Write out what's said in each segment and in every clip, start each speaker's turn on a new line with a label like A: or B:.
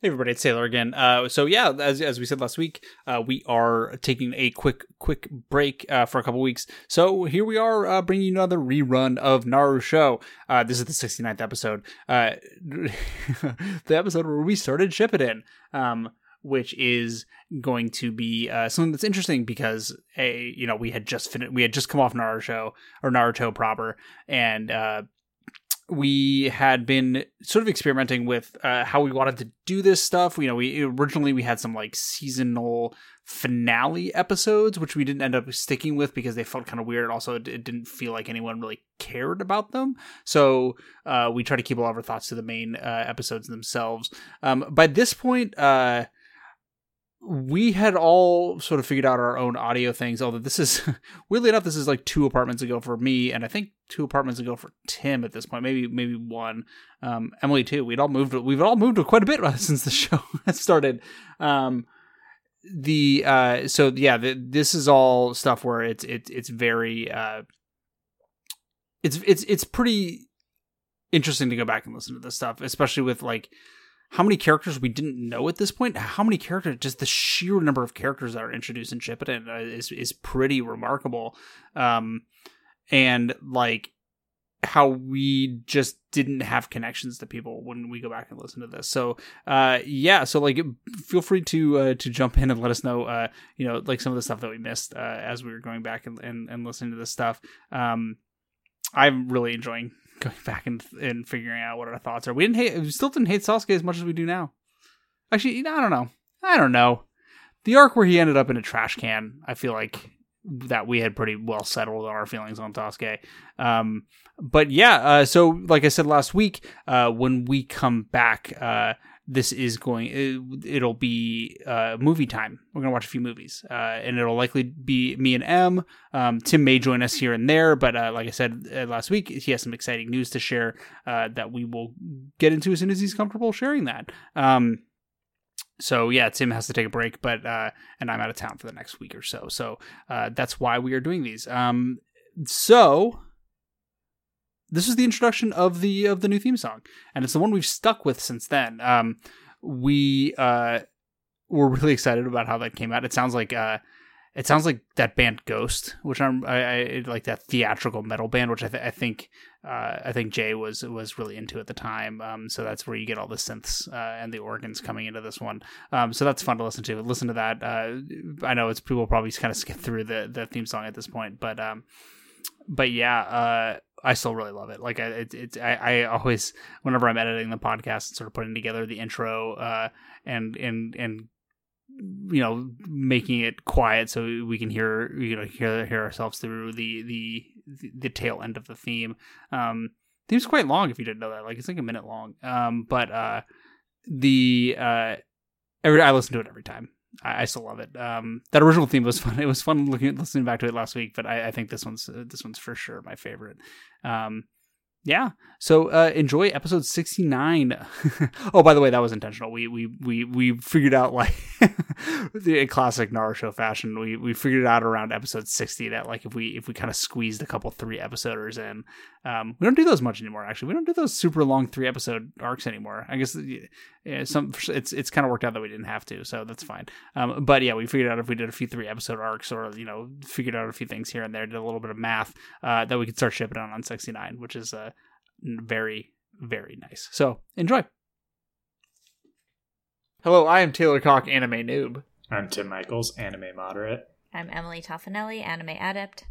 A: Hey everybody, it's Taylor again. Uh, so yeah, as, as we said last week, uh, we are taking a quick quick break uh, for a couple weeks. So here we are uh, bringing you another rerun of Naruto. Uh, this is the 69th episode, uh, the episode where we started Shippuden, um, which is going to be uh, something that's interesting because a you know we had just fin- we had just come off Naruto or Naruto proper, and uh, we had been sort of experimenting with uh, how we wanted to do this stuff. You know, we originally we had some like seasonal finale episodes, which we didn't end up sticking with because they felt kind of weird. Also, it, it didn't feel like anyone really cared about them. So uh, we try to keep all of our thoughts to the main uh, episodes themselves. Um, by this point, uh, we had all sort of figured out our own audio things. Although this is weirdly enough, this is like two apartments ago for me, and I think two apartments ago for Tim at this point. Maybe maybe one. Um, Emily too. We'd all moved. We've all moved quite a bit since the show started. Um, the uh, so yeah, the, this is all stuff where it's it's it's very uh, it's it's it's pretty interesting to go back and listen to this stuff, especially with like how many characters we didn't know at this point, how many characters, just the sheer number of characters that are introduced in Shippuden uh, is is pretty remarkable, um, and like how we just didn't have connections to people when we go back and listen to this. So, uh, yeah, so like feel free to uh, to jump in and let us know, uh, you know, like some of the stuff that we missed uh, as we were going back and and, and listening to this stuff. Um, I'm really enjoying going back and and figuring out what our thoughts are. We didn't hate, we still didn't hate Sasuke as much as we do now. Actually, you know, I don't know. I don't know. The arc where he ended up in a trash can, I feel like that we had pretty well settled on our feelings on Sasuke. Um, but yeah, uh, so like I said last week, uh, when we come back, uh, this is going. It, it'll be uh, movie time. We're gonna watch a few movies, uh, and it'll likely be me and M. Um, Tim may join us here and there, but uh, like I said uh, last week, he has some exciting news to share uh, that we will get into as soon as he's comfortable sharing that. Um, so yeah, Tim has to take a break, but uh, and I'm out of town for the next week or so. So uh, that's why we are doing these. Um, so this is the introduction of the of the new theme song, and it's the one we've stuck with since then. Um, we uh, were really excited about how that came out. It sounds like uh, it sounds like that band Ghost, which I'm I, I it- like that theatrical metal band, which I, th- I think uh, I think Jay was was really into at the time. Um, so that's where you get all the synths uh, and the organs coming into this one. Um, so that's fun to listen to. Listen to that. Uh, I know it's people probably kind of skip through the the theme song at this point, but um, but yeah, uh, I still really love it. Like I, it, it's I, I always whenever I'm editing the podcast and sort of putting together the intro uh, and and and you know making it quiet so we can hear you know hear hear ourselves through the the the tail end of the theme. Um, theme's quite long if you didn't know that. Like it's like a minute long. Um, but uh, the uh, every I listen to it every time. I, I still love it. Um, that original theme was fun. It was fun looking listening back to it last week, but I, I think this one's uh, this one's for sure my favorite. Um, yeah. So uh, enjoy episode sixty nine. oh, by the way, that was intentional. We we we we figured out like the in classic Naruto fashion. We we figured it out around episode sixty that like if we if we kind of squeezed a couple three episoders in, um, we don't do those much anymore. Actually, we don't do those super long three episode arcs anymore. I guess uh, yeah, some it's it's kind of worked out that we didn't have to, so that's fine. Um, but yeah, we figured out if we did a few three episode arcs, or you know, figured out a few things here and there, did a little bit of math, uh, that we could start shipping on on sixty nine, which is uh, very very nice. So enjoy. Hello, I am Taylor Cock, anime noob,
B: I'm Tim Michaels, anime moderate.
C: I'm Emily Toffanelli, anime adept.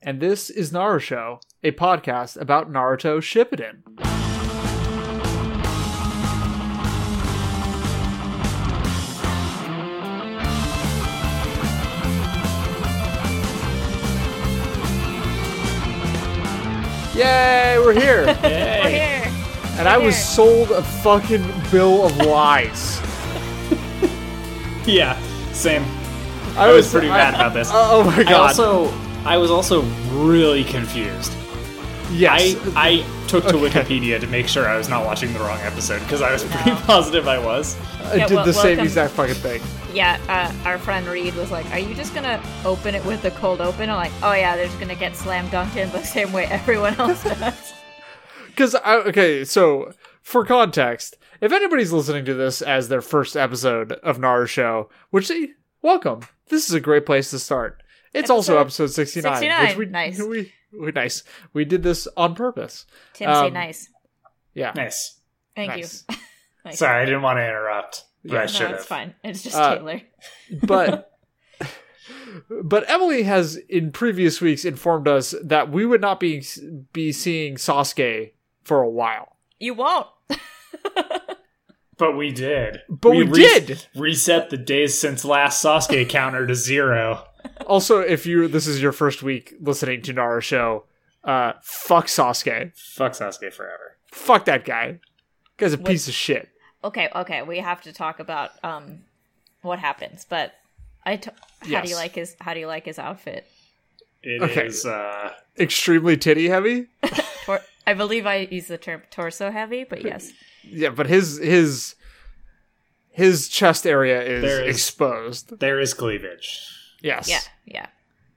A: and this is Naruto, a podcast about Naruto Shippuden. Yay, we're here.
C: We're here.
A: And I was
C: Here.
A: sold a fucking bill of lies.
B: Yeah, same.
A: I
B: was pretty mad about this.
A: Oh my
B: I
A: god!
B: also I was also really confused.
A: yes,
B: I I took to
A: Okay.
B: Wikipedia to make sure I was not watching the wrong episode because I was pretty positive I was.
A: I
C: Yeah,
A: did
C: well,
A: the same
C: welcome.
A: exact fucking thing.
C: Yeah, uh, our friend Reed was like, Are you just gonna open it with a cold open? I'm like, Oh yeah, they're just gonna get slam dunked in the same way everyone else does.
A: Because I okay, so for context,
D: if anybody's listening to this as their first episode of Naruto, which they welcome. This is a great place to start. It's also
C: Episode
D: episode 69,
C: 69,
D: which we,
C: nice.
D: we, we nice. We did this on purpose.
C: Tim, say
D: Um,
C: nice.
D: Yeah.
B: Nice.
C: Thank
D: nice.
C: you. Nice.
B: Sorry, I didn't want to interrupt. But
D: Yeah.
B: I
D: No,
B: should
C: no,
B: have.
C: it's fine. It's just
D: Uh,
C: Taylor.
D: but but Emily has in previous weeks informed us that we would not be be seeing Sasuke for a while.
C: You won't.
B: But we did.
D: But we did!
B: reset the days since last Sasuke counter to zero.
D: Also, if you this is your first week listening to Naruto, show, uh, fuck Sasuke,
B: Fuck Sasuke forever.
D: fuck that guy. Guy's a piece of shit.
C: Okay, okay. We have to talk about um what happens, but I t- how do
D: Yes.
C: you like his how do you like his outfit?
B: It is
D: Okay.
B: uh,
D: Extremely titty heavy.
C: Tor- I believe I use the term torso heavy, but yes.
D: Yeah, but his his his chest area is,
B: There is-
D: exposed.
B: there is cleavage.
D: Yes.
C: Yeah, yeah.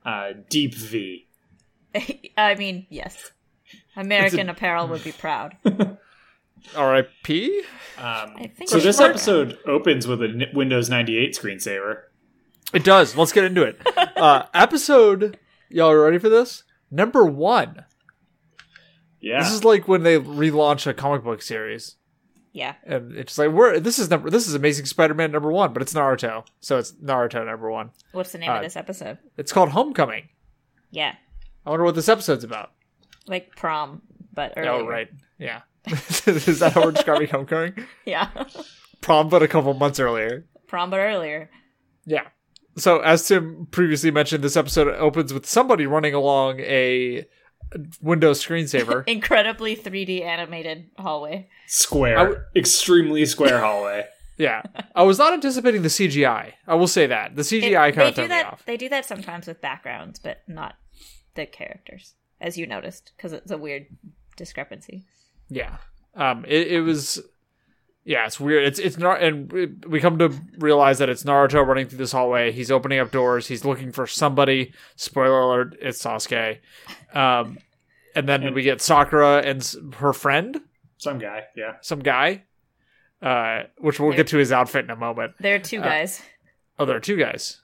B: Uh, deep V.
C: I mean, yes. American Apparel would be proud.
D: R.I.P.
B: Um,
C: I think
B: so
C: we
B: this
C: should-
B: episode opens with a N- Windows 98 screensaver.
D: It does. Let's get into it. Uh, episode, y'all ready for this? Number one.
B: Yeah.
D: This is like when they relaunch a comic book series,
C: Yeah.
D: and it's like we're this is number this is Amazing Spider-Man number one, but it's Naruto, so it's Naruto number one.
C: What's the name
D: Uh,
C: of this episode?
D: It's called Homecoming.
C: Yeah.
D: I wonder what this episode's about.
C: Like prom, but earlier.
D: Oh, right, yeah. is that how we're describing Homecoming?
C: Yeah.
D: Prom, but a couple months earlier.
C: prom, but earlier.
D: Yeah. So as Tim previously mentioned, this episode opens with somebody running along a Windows screensaver.
C: Incredibly 3D animated hallway.
B: square.
D: I w-
B: extremely square hallway.
D: Yeah, I was not anticipating the CGI. I will say that the
C: It-
D: CGI kind
C: they
D: of threw
C: do
D: me
C: that.
D: off.
C: They do that sometimes with backgrounds, but not the characters, as you noticed, because it's a weird discrepancy.
D: Yeah, um, it, it was. Yeah, it's weird. It's it's not, and we- we come to realize that it's Naruto running through this hallway. He's opening up doors. He's looking for somebody. Spoiler alert: it's Sasuke. Um, and then we get Sakura and s- her friend,
B: Some guy, yeah.
D: some guy, uh, which we'll get to his outfit in a moment.
C: There are two guys.
D: Oh, there are two guys.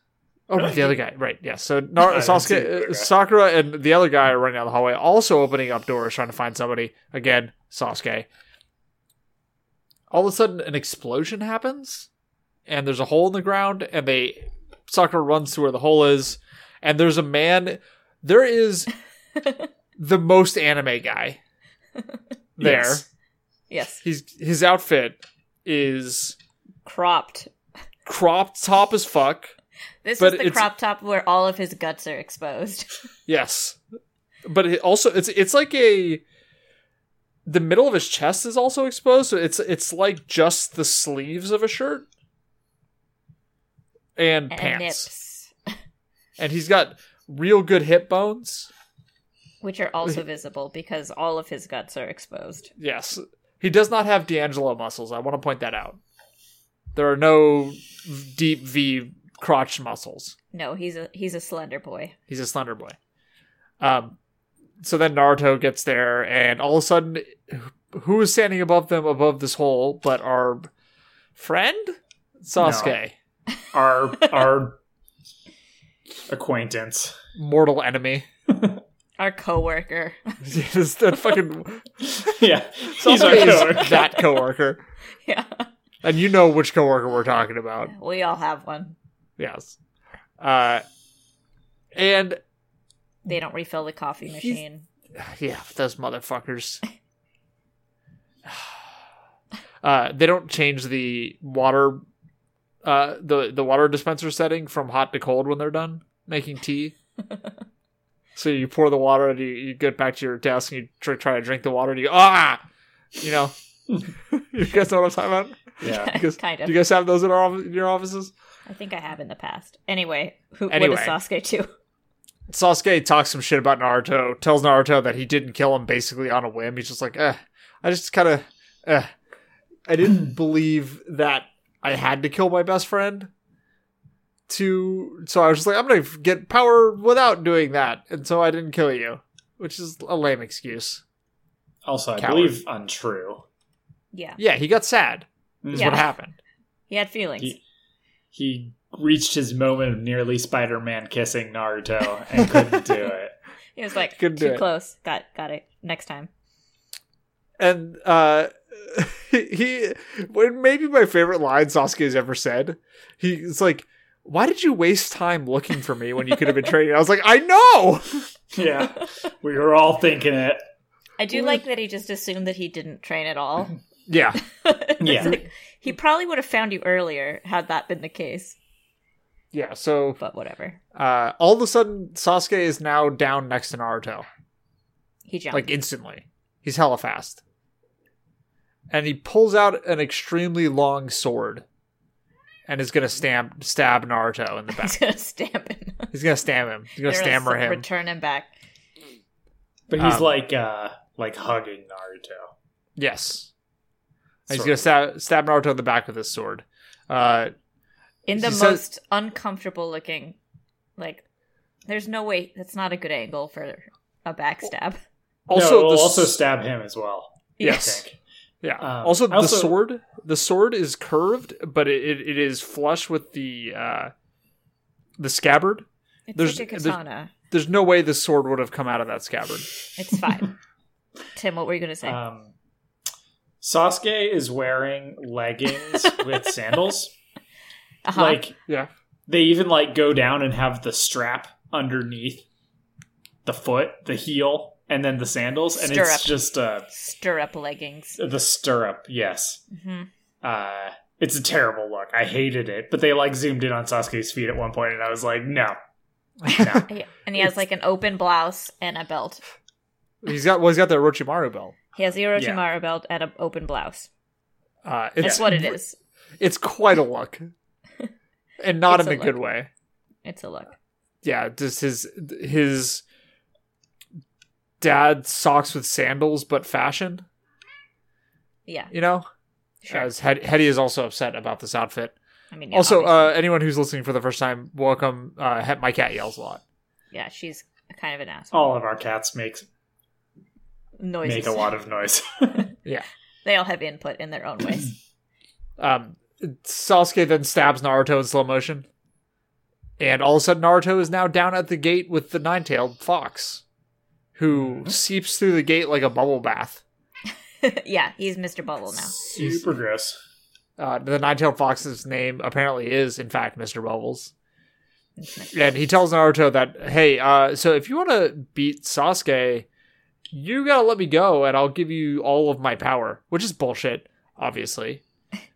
D: Oh, right, the other guy, right? Yeah. So
B: I
D: Nar-
B: didn't see the other
D: Sasuke,
B: guy.
D: uh, Sakura, and the other guy are running down the hallway, also opening up doors, trying to find somebody. Again, Sasuke. All of a sudden, an explosion happens, and there's a hole in the ground, and they Sakura runs to where the hole is, and there's a man. There is the most anime guy there.
B: Yes.
C: Yes,
D: He's his outfit is
C: cropped.
D: cropped top as fuck.
C: This
D: But
C: is the
D: it's-
C: crop top where all of his guts are exposed.
D: Yes, but it also it's it's like a the middle of his chest is also exposed, so it's it's like just the sleeves of a shirt and,
C: and
D: pants,
C: nips,
D: and he's got real good hip bones.
C: which are also visible because all of his guts are exposed.
D: Yes, he does not have D'Angelo muscles. I want to point that out. There are no deep V crotch muscles.
C: No, he's a he's a slender boy.
D: He's a slender boy. Um, so then Naruto gets there, and all of a sudden, wh- who is standing above them, above this hole, but our friend Sasuke,
B: Our our acquaintance.
D: mortal enemy.
C: Our coworker.
D: Yes, that fucking
B: Yeah. He's our
D: Sasuke is
B: coworker.
D: that coworker,
C: yeah,
D: and you know which coworker we're talking about.
C: we all have one.
D: Yes, uh, and
C: They don't refill the coffee machine.
D: yeah, those motherfuckers. Uh, they don't change the water, uh, the the water dispenser setting from hot to cold when they're done making tea. so you pour the water and you, you get back to your desk and you try, try to drink the water and you go, ah, you know, you guys know what I'm talking about.
B: Yeah.
D: You guys,
C: Kind of.
D: Do you guys have those in our office, in your offices?
C: I think I have in the past. Anyway, who,
D: Anyway.
C: what does Sasuke do?
D: Sasuke talks some shit about Naruto, tells Naruto that he didn't kill him basically on a whim. He's just like, eh, I just kind of, eh. I didn't believe that I had to kill my best friend. To so I was just like, I'm gonna get power without doing that, and so I didn't kill you, which is a lame excuse.
B: Also, I
D: Coward.
B: believe untrue.
C: Yeah.
D: Yeah, he got sad. Is
C: Yeah.
D: what happened.
C: He had feelings.
B: He, he reached his moment of nearly Spider-Man kissing Naruto and couldn't do it.
C: He was like
D: Couldn't do
C: too
D: it.
C: close. Got got it. Next time.
D: And uh he when maybe my favorite line Sasuke has ever said. He's like, Why did you waste time looking for me when you could have been training? I was like, I know.
B: Yeah, we were all thinking it.
C: I do like that he just assumed that he didn't train at all.
D: Yeah.
C: It's
B: Yeah.
C: like, he probably would have found you earlier had that been the case.
D: Yeah, so
C: But whatever.
D: uh all of a sudden Sasuke is now down next to Naruto.
C: He jumped.
D: Like instantly. He's hella fast. And he pulls out an extremely long sword and is gonna stamp stab Naruto in the back.
C: He's gonna stamp him.
D: He's gonna stab him. He's gonna stammer
C: s-
D: him.
C: Return him back.
B: But he's
D: Um,
B: like uh like hugging Naruto.
D: Yes. And he's
B: Sort
D: gonna
B: of.
D: stab, stab Naruto in the back with his sword. Uh,
C: In the
D: He says-
C: most uncomfortable looking like there's no way that's not a good angle for a backstab.
D: also,
B: no,
D: the
B: we'll
D: s-
B: also stab him as well.
D: Yes.
B: I think.
D: yeah.
B: um,
D: also, the
B: also-
D: sword. The sword is curved, but it, it, it is flush with the uh, the scabbard.
C: It's
D: There's-
C: like a
D: there's-
C: katana.
D: There's no way the sword would have come out of that scabbard.
C: It's fine. Tim, what were you gonna say?
D: Uh,
B: Um, Sasuke is wearing leggings with sandals.
C: Uh-huh.
B: Like
D: Yeah.
B: they even like go down and have the strap underneath the foot, the heel, and then the sandals, and
C: Stirrup.
B: it's just uh
C: Stir up leggings.
B: the stirrup. Yes,
C: hmm
B: uh, it's a terrible look. I hated it, but they like zoomed in on Sasuke's feet at one point, and I was like, no, no.
C: Yeah, and he has like an open blouse and a belt.
D: He's got well, he's got the Orochimaru belt.
C: He has the Orochimaru belt and an open blouse.
D: Uh,
C: That's
D: it's
C: what it is.
D: It's quite a look, and not
C: It's
D: in a,
C: a
D: good
C: look.
D: way.
C: It's a look.
D: Yeah, just his his dad socks with sandals, but fashion.
C: Yeah,
D: You know.
C: sure.
D: As Hed- Hetty is also upset about this outfit.
C: I mean, yeah,
D: also, uh,
C: obviously.
D: anyone who's listening for the first time, welcome. Uh, Het- my cat yells a lot.
C: yeah, she's kind of an asshole.
B: All of our cats make
C: Noises.
B: make a lot of noise.
C: They all have input in their own ways.
D: Um, Sasuke then stabs Naruto in slow motion, and all of a sudden, Naruto is now down at the gate with the nine-tailed fox, who
C: Mm-hmm.
D: seeps through the gate like a bubble bath.
C: yeah, he's Mr. Bubble now.
B: Super gross.
D: Uh, the nine-tailed fox's name apparently is, in fact, Mister Bubbles.
C: It's Mr.
D: and he tells Naruto that, hey, uh, so if you want to beat Sasuke, you gotta let me go, and I'll give you all of my power, which is bullshit, obviously.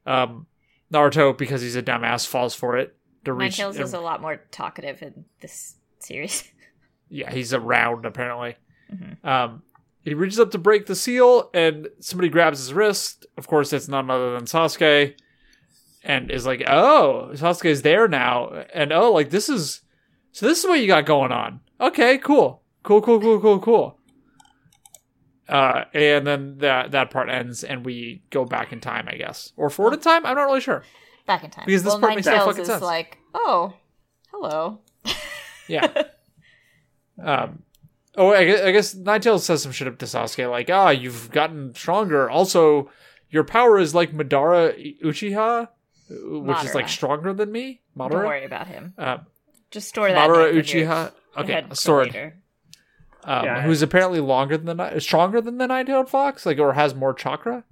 D: Um, Naruto, because he's a dumbass, falls for it to
C: My
D: reach.
C: Tails is a lot more talkative in this series.
D: yeah, he's around apparently.
C: Mhm.
D: Um, he reaches up to break the seal, and somebody grabs his wrist. Of course, it's none other than Sasuke, and is like, "Oh, Sasuke's there now," and oh, like this is so. This is what you got going on. Okay, cool, cool, cool, cool, cool, cool. Uh, and then that that part ends, and we go back in time, I guess, or forward in time. I'm not really sure.
C: Back in time.
D: Because this
C: well,
D: part makes no
C: Ninetales
D: fucking
C: is
D: sense.
C: like, oh, hello.
D: Yeah. um. Oh, I guess, I guess Ninetales says some shit up to Sasuke, like, ah, you've gotten stronger. Also, your power is like Madara Uchiha, uh, which is like
C: Madara.
D: stronger than me. Madara.
C: Don't worry about him.
D: Uh,
C: Just store that.
D: Madara
C: name in your
D: Uchiha. Okay,
C: head for
D: a sword.
C: later.
D: Um,
B: Yeah.
D: Who's apparently longer than the Ni- stronger than the Nine-tailed fox, like, or has more chakra,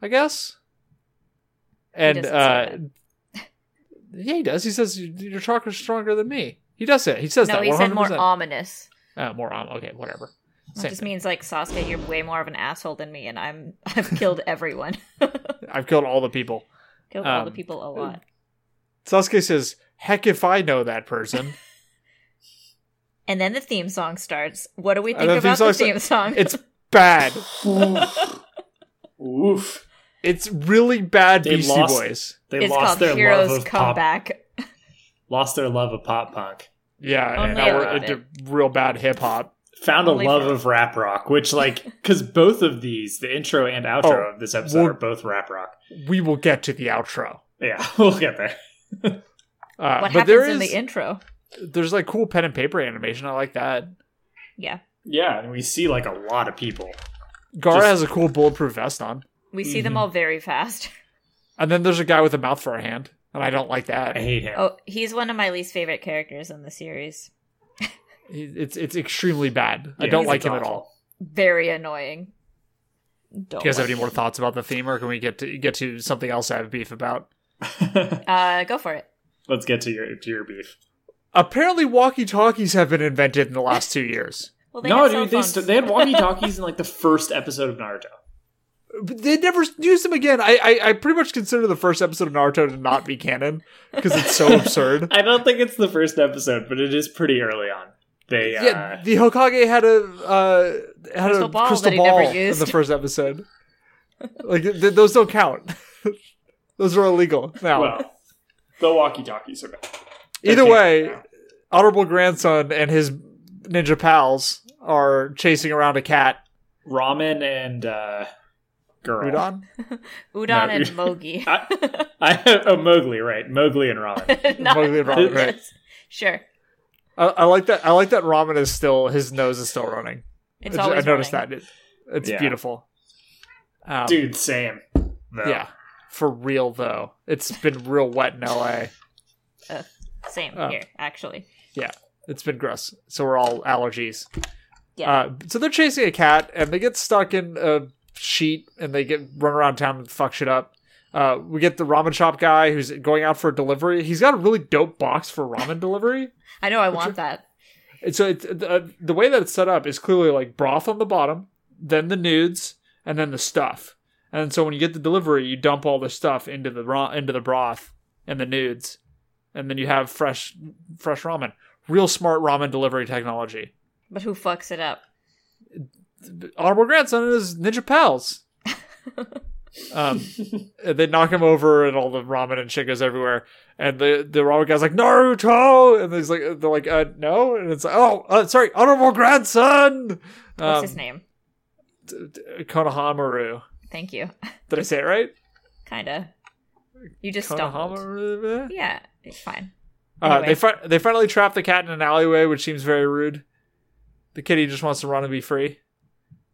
D: I guess. And
C: doesn't say
D: uh, yeah, he does. He says your chakra's stronger than me. He does it. He says
C: No,
D: that.
C: he said
D: 100%.
C: more ominous.
D: Uh, more on. Okay, whatever.
C: It
D: Same
C: just
D: thing.
C: means like Sasuke, you're way more of an asshole than me, and I'm I've killed everyone,
D: I've killed all the people.
C: killed all the
D: Um,
C: people a lot.
D: Sasuke says, "Heck if I know that person."
C: And then the theme song starts. What do we
D: And
C: think
D: Uh, the theme
C: about the
D: song
C: theme song?
D: It's bad.
B: Oof.
D: It's really bad.
B: They
D: Beastie
B: lost-
D: Boys.
B: They
C: It's
B: lost
C: called
B: their love
C: Heroes
B: of
C: Come
B: pop.
C: Back.
D: Uh,
B: Lost their love of pop punk.
D: Yeah,
C: Only
D: and now
B: a
D: we're
C: little
D: into real bad hip hop.
B: Found a
C: Only
B: love
C: for-
B: of rap rock, which like because both of these, the intro and outro
D: Oh,
B: of this episode
D: we're-
B: are both rap rock.
D: We will get to the outro.
B: Yeah, we'll get there.
D: Uh,
C: What
D: but
C: happens
D: there
C: in
D: is
C: the intro?
D: there's like cool pen and paper animation. I like that.
C: Yeah,
B: Yeah, and we see like a lot of people.
D: Gara
B: Just-
D: has a cool bulletproof vest on.
C: We see them all very fast.
D: And then there's a guy with a mouth for a hand, and I don't like
B: I
D: that.
B: hate him.
C: Oh, he's one of my least favorite characters in the series.
D: It's it's extremely bad. I
B: Yeah,
D: don't
B: it's
D: like him at
B: awful.
D: all.
C: Very annoying. Don't
D: Do you guys have
C: like
D: any more thoughts about the theme, or can we get to get to something else I have beef about?
C: him. Uh, go for it.
B: Let's get to your to your beef.
D: Apparently, walkie-talkies have been invented in the last two years.
C: Well,
B: no,
C: had cell
B: dude, they,
C: phones.
B: st- they had walkie talkies in like the first episode of Naruto.
D: But they never used them again. I, I I pretty much consider the first episode of Naruto to not be canon because it's so absurd.
B: I don't think it's the first episode, but it is pretty early on. They
D: Yeah.
B: uh,
D: the Hokage had a uh, had
C: Crystal
D: a
C: ball
D: crystal
C: that he
D: ball
C: never
D: in the
C: used.
D: first episode. like th- th- those don't count. those are illegal now.
B: uh, well, the walkie talkies are back.
D: Either
B: Okay.
D: way, honorable grandson and his ninja pals are chasing around a cat.
B: ramen and uh, girl.
D: Udon.
C: Udon
B: No.
C: and Mogi.
B: I, I, oh, Mowgli, right? Mowgli and ramen.
C: Not-
D: Mowgli and Robin, right.
C: Sure.
D: I, I like that. I like that. Ramen is still his nose is still running.
C: It's
D: I,
C: always
D: I noticed
C: running.
D: that. It- it's
B: Yeah.
D: beautiful. Um,
B: Dude, same. No.
D: Yeah. For real though, it's been real wet in LA.
C: Same
D: Oh.
C: here, actually.
D: It's been gross. So we're all allergies.
C: Yeah.
D: Uh, so they're chasing a cat and they get stuck in a sheet and they get run around town and fuck shit up. Uh, we get the ramen shop guy who's going out for a delivery. He's got a really dope box for ramen delivery.
C: I know I want that.
D: And so it's, the, the way that it's set up is clearly like broth on the bottom, then the nudes, and then the stuff. And so when you get the delivery, you dump all the stuff into the ra- into the broth and the nudes, and then you have fresh fresh ramen. Real smart ramen delivery technology.
C: But who fucks it up?
D: Honorable grandson and his ninja pals. um, they knock him over, and all the ramen and shit goes everywhere. And the the ramen guy's like Naruto, and he's like, they're like, uh, no, and it's like, oh, uh, sorry, honorable grandson.
C: What's
D: Um,
C: his name?
D: Konohamaru.
C: Thank you.
D: Did I say it right?
C: Kinda. You just stumbled.
D: Konohamaru.
C: Yeah, it's fine.
D: Uh,
C: Anyway.
D: they fi- they finally trap the cat in an alleyway, which seems very rude. The kitty just wants to run and be free.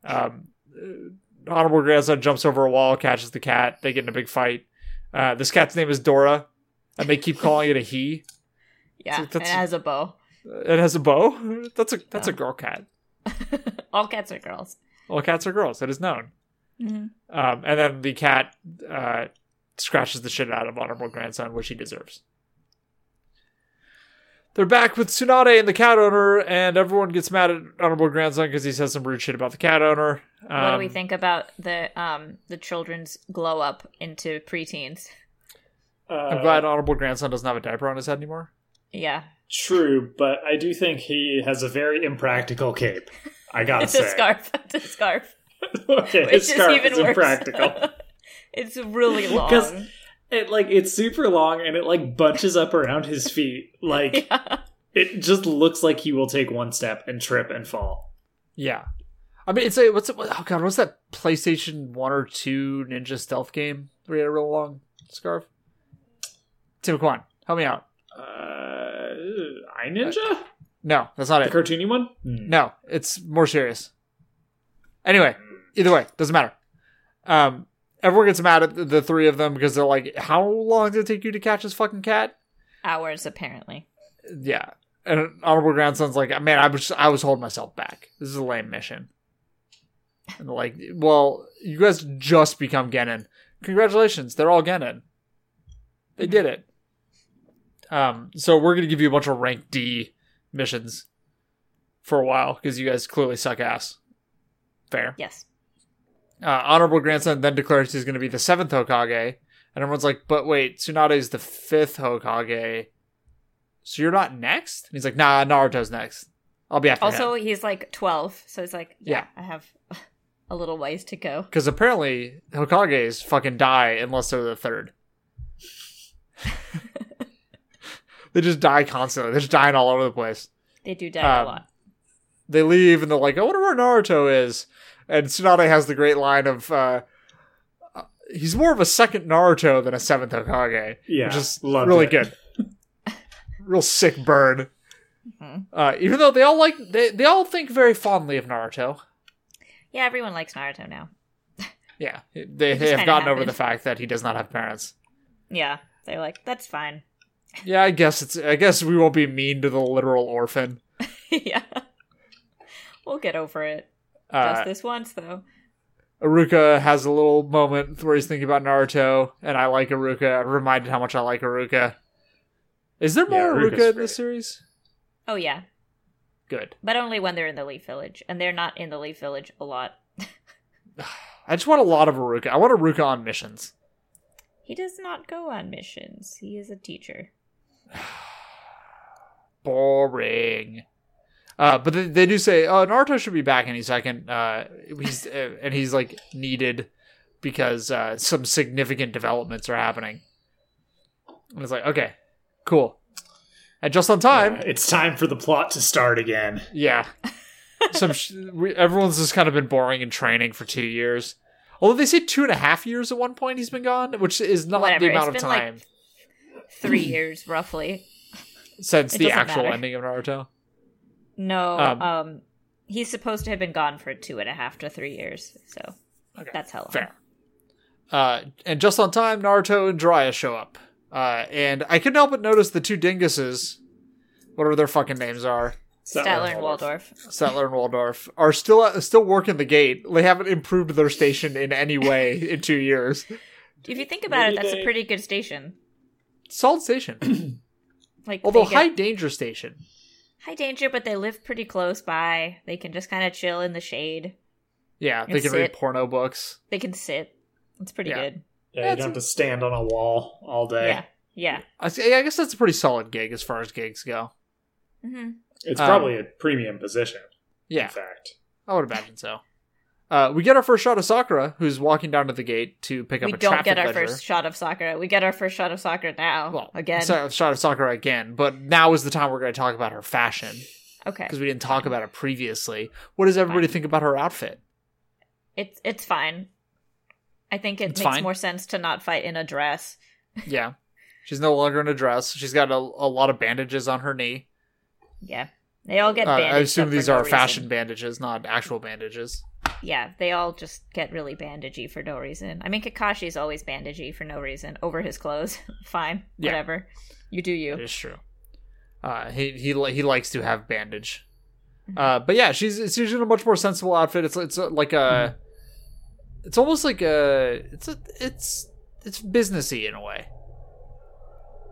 D: Um, uh, honorable grandson jumps over a wall, catches the cat. They get in a big fight. Uh, this cat's name is Dora, and they keep calling it a he.
C: Yeah,
D: So
C: and it
D: that's-
C: has a bow.
D: It has a bow. That's a that's a girl cat.
C: All cats are girls.
D: All cats are girls. That is known.
C: Mm-hmm.
D: Um, and then the cat uh, scratches the shit out of honorable grandson, which he deserves. They're back with Tsunade and the cat owner, and everyone gets mad at honorable grandson because he says some rude shit about the cat owner. Um,
C: what do we think about the um the children's glow up into preteens?
B: Uh,
D: I'm glad honorable grandson doesn't have a diaper on his head anymore.
C: Yeah,
B: True, but I do think he has a very impractical cape. I gotta
C: it's
B: say.
C: a scarf. It's a scarf.
B: okay,
C: Which
B: his scarf
C: is even
B: is
C: worse.
B: impractical.
C: it's really long.
B: 'Cause- it like it's super long and it like bunches up around his feet. Like
C: Yeah.
B: it just looks like he will take one step and trip and fall.
D: Yeah, I mean, it's a what's it, oh god, what's that PlayStation One or Two Ninja Stealth game where you had a real long scarf? Tim Kwan, help me out.
B: Uh, I ninja
D: No, that's not
B: the
D: it.
B: cartoony one. Hmm.
D: No, it's more serious. Anyway, either way, doesn't matter. Um, everyone gets mad at the- the three of them because they're like, "How long did it take you to catch this fucking cat?"
C: Hours apparently.
D: Yeah, and honorable grandson's like, "Man, I was I was holding myself back. This is a lame mission." And they're like, "Well, you guys just become Genin. Congratulations, they're all Genin. They did it." Um, so we're gonna give you a bunch of rank D missions for a while because you guys clearly suck ass. Fair.
C: Yes.
D: Uh, honorable grandson then declares he's going to be the seventh Hokage, and everyone's like, "But wait, Tsunade is the fifth Hokage, so you're not next?" And he's like, "Nah, Naruto's next. I'll be after
C: Also, he's like twelve, so it's like, yeah,
D: Yeah.
C: I have a little ways to go.
D: because apparently Hokages fucking die unless they're the third. they just die constantly. They're just dying all over the place.
C: They do die
D: Um,
C: a lot.
D: they leave and they're like, I wonder where Naruto is. And Tsunade has the great line of, uh, uh, he's more of a second Naruto than a seventh Hokage.
B: Yeah,
D: Which is
B: loved
D: really
B: it.
D: good. Real sick burn.
C: Mhm.
D: Uh, even though they all like, they, they all think very fondly of Naruto.
C: Yeah, everyone likes Naruto now.
D: Yeah, they,
C: just
D: they have
C: kinda
D: gotten over
C: happened.
D: the fact that he does not have parents.
C: Yeah, they're like, that's fine.
D: Yeah, I guess it's. I guess we won't be mean to the literal orphan.
C: yeah, we'll get over it. Just
D: Uh,
C: this once, though.
D: Aruka has a little moment where he's thinking about Naruto, and I like Aruka. I'm reminded how much I like Aruka. Is there
B: Yeah,
D: more
B: Aruka's
D: Aruka in
B: great.
D: this series?
C: Oh yeah,
D: Good.
C: but only when they're in the Leaf Village, and they're not in the Leaf Village a lot.
D: I just want a lot of Aruka. I want Aruka on missions.
C: He does not go on missions. He is a teacher.
D: Boring. Uh, but they, they do say, "Oh, Naruto should be back any second. Uh, he's uh, and he's like needed because uh, some significant developments are happening." And it's like, okay, cool, and just on time.
B: Uh, it's time for the plot to start again.
D: Yeah. Some sh- we, everyone's just kind of been boring in training for two years. Although they say two and a half years at one point he's been gone, which is not
C: Whatever,
D: the
C: it's
D: amount of
C: been, like,
D: time
C: Three years, roughly.
D: since
C: it
D: the
C: doesn't
D: actual
C: matter.
D: ending of Naruto.
C: No,
D: Um,
C: um, he's supposed to have been gone for two and a half to three years, so
D: Okay,
C: that's how long.
D: Fair. Uh, and just on time, Naruto and Jiraiya show up. Uh, and I couldn't help but notice the two dinguses, whatever their fucking names are,
C: Statler and Waldorf.
D: Settler and Waldorf, are still uh, still working the gate. They haven't improved their station in any way in two years.
C: If you think about
B: Maybe
C: it, that's a
B: they-
C: pretty good station.
D: Solid station,
C: Like,
D: although
C: they get
D: high danger station.
C: high danger, but they live pretty close by. They can just kind of chill in the shade.
D: Yeah, they
C: And
D: can read
C: sit.
D: porno books.
C: They can sit. It's pretty
D: Yeah.
C: good.
B: Yeah, you don't have to stand on a wall all day.
C: Yeah, yeah.
D: I, s- yeah, I guess that's a pretty solid gig as far as gigs go.
C: hmm
B: It's
D: Um,
B: probably a premium position, in
D: Yeah,
B: fact.
D: I would imagine so. Uh, we get our first shot of Sakura, who's walking down to the gate to pick up
C: We
D: a
C: don't
D: traffic
C: get our
D: ledger.
C: first shot of soccer. We get our first shot of soccer now.
D: well,
C: again.
D: so- shot of Sakura again, but now is the time we're going to talk about her fashion
C: okay.
D: because we didn't talk about it previously. What does everybody think about her outfit?
C: It's it's fine. I think it
D: It's
C: makes
D: fine.
C: more sense to not fight in a dress.
D: Yeah, she's no longer in a dress. She's got a, a lot of bandages on her knee.
C: Yeah. They all get
D: Uh,
C: bandaged.
D: I assume
C: up for
D: these
C: no
D: are
C: reason.
D: fashion bandages, not actual bandages.
C: Yeah, they all just get really bandagey for no reason. I mean, Kakashi's always bandagey for no reason over his clothes. Fine,
D: Yeah.
C: whatever. You do
D: It
C: you.
D: is true. Uh, he he li- he likes to have bandage.
C: Mm-hmm.
D: Uh, but yeah, she's it's usually a much more sensible outfit. It's it's like a,
C: Mm-hmm.
D: it's almost like a it's a it's it's businessy in a way.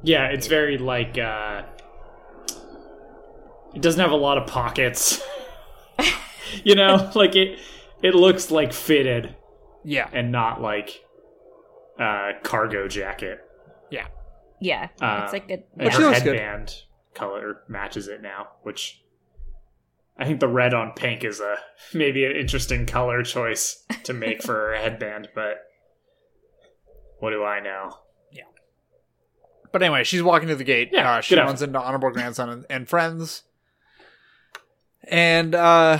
B: Yeah, it's very like uh it doesn't have a lot of pockets. you know, like it it looks like fitted
D: Yeah,
B: and not like uh cargo jacket.
C: Yeah,
B: Uh,
C: it's like a
B: And
C: yeah.
D: Which
B: her
D: looks good.
B: headband color matches it now, which I think the red on pink is a maybe an interesting color choice to make for her headband, but what do I know?
D: but anyway, she's walking to the gate.
B: Yeah,
D: uh, she
B: good
D: runs into honorable grandson and, and friends, and uh,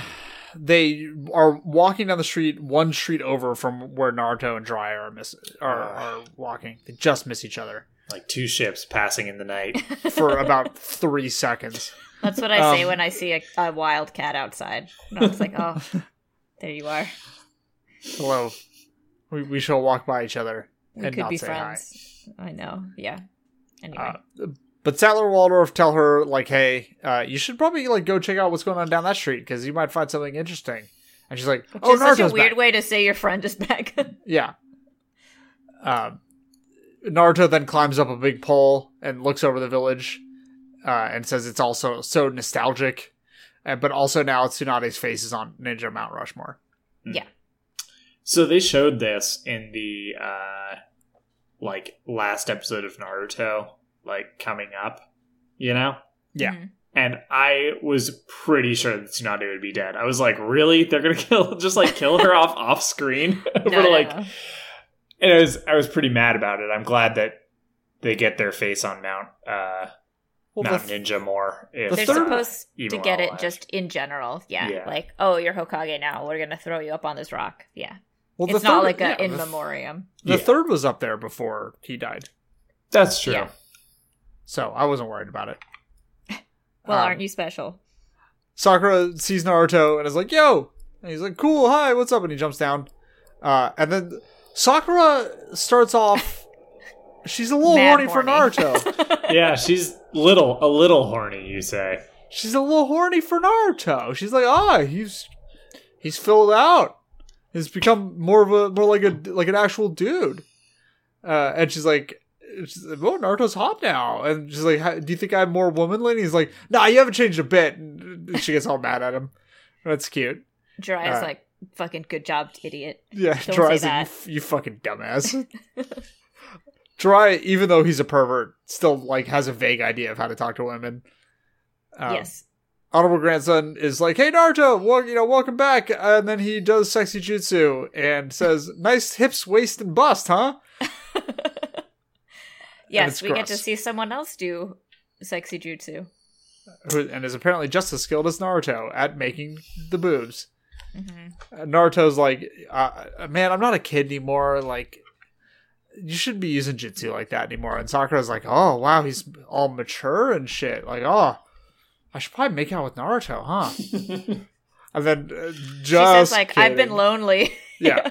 D: they are walking down the street, one street over from where Naruto and Jiraiya are miss are, are walking. They just miss each other
B: Like two ships passing in the night.
D: for about three seconds.
C: That's what I say
D: um,
C: when I see a, a wild cat outside. And I was like, oh, there you are.
D: Hello. We, we shall walk by each other
C: We
D: and
C: could
D: not
C: be
D: say
C: friends. I know. Yeah. Anyway,
D: hi. Uh, but Sattler and Waldorf tell her like, "Hey, uh, you should probably like go check out what's going on down that street because you might find something interesting." And she's like,
C: which
D: "Oh,
C: is such a
D: Naruto's
C: weird
D: back."
C: way to say your friend is back.
D: Yeah. Um, Naruto then climbs up a big pole and looks over the village, uh, and says it's also so nostalgic, uh, but also now Tsunade's face is on Ninja Mount Rushmore.
B: So they showed this in the uh like last episode of Naruto, like coming up, you know?
D: Yeah.
C: Mhm.
B: And I was pretty sure that Tsunade would be dead. I was like, really? They're gonna kill just like kill her off off screen?
C: No,
B: Over
C: no,
B: like
C: no.
B: and I was I was pretty mad about it. I'm glad that they get their face on Mount uh
D: Well,
B: Mount
D: the,
B: Ninja more. if,
D: the
C: They're
D: third-
B: uh,
C: supposed
B: even
C: to
B: while
C: get it
B: alive.
C: just in general. Yeah.
B: Yeah.
C: Like, oh, you're Hokage now. We're going to throw you up on this rock. Yeah.
D: well, the
C: it's not
D: third-
C: like a
D: yeah,
C: in
D: the-
C: memoriam.
D: The
B: Yeah.
D: third was up there before he died.
B: That's true.
C: Yeah.
D: so I wasn't worried about it.
C: Well,
D: Um,
C: aren't you special?
D: Sakura sees Naruto and is like, "Yo," and he's like, "Cool, hi, what's up?" And he jumps down. Uh, and then Sakura starts off. She's a little
C: Mad
D: horny, for
C: horny.
D: Naruto.
B: Yeah, she's little, a little horny, you say.
D: she's a little horny for Naruto. She's like, ah, he's he's filled out. He's become more of a more like a like an actual dude. Uh, and she's like, she's like, oh, Naruto's hot now. And she's like, "How- do you think I'm more womanly? And he's like, nah, you haven't changed a bit. And she gets all mad at him. That's cute.
C: Jiraiya's
D: Uh,
C: like, fucking good job, idiot.
D: Yeah,
C: Don't
D: Jiraiya's
C: say
D: like, you,
C: that.
D: f- you fucking dumbass. Jiraiya, even though he's a pervert, still like has a vague idea of how to talk to women. Um,
C: yes.
D: Honorable grandson is like, "Hey Naruto, well, you know, welcome back," and then he does sexy jutsu and says, "Nice hips, waist, and bust, huh?" it's
C: Yes, we get to
D: gross.
C: see someone else do sexy jutsu.
D: Who- And is apparently just as skilled as Naruto at making the boobs.
C: hmm
D: Uh, Naruto's like, uh, man, I'm not a kid anymore. Like, you shouldn't be using jutsu like that anymore. And Sakura's like, oh, wow, he's all mature and shit. Like, oh, I should probably make out with Naruto, huh? and then uh, just
C: She says, like, I've been
D: kidding.
C: lonely.
D: yeah,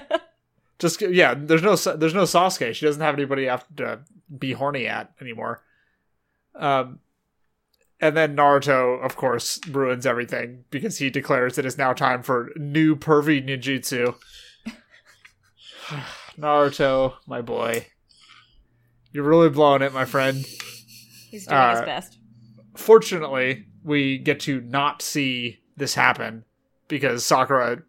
D: just ki- yeah. There's no Sa- there's no Sasuke. She doesn't have anybody to have to be horny at anymore. Um, and then Naruto, of course, ruins everything because he declares it is now time for new pervy ninjutsu. Naruto, my boy, you're really blowing it, my friend.
C: He's doing
D: Uh,
C: his best.
D: Fortunately, we get to not see this happen because Sakura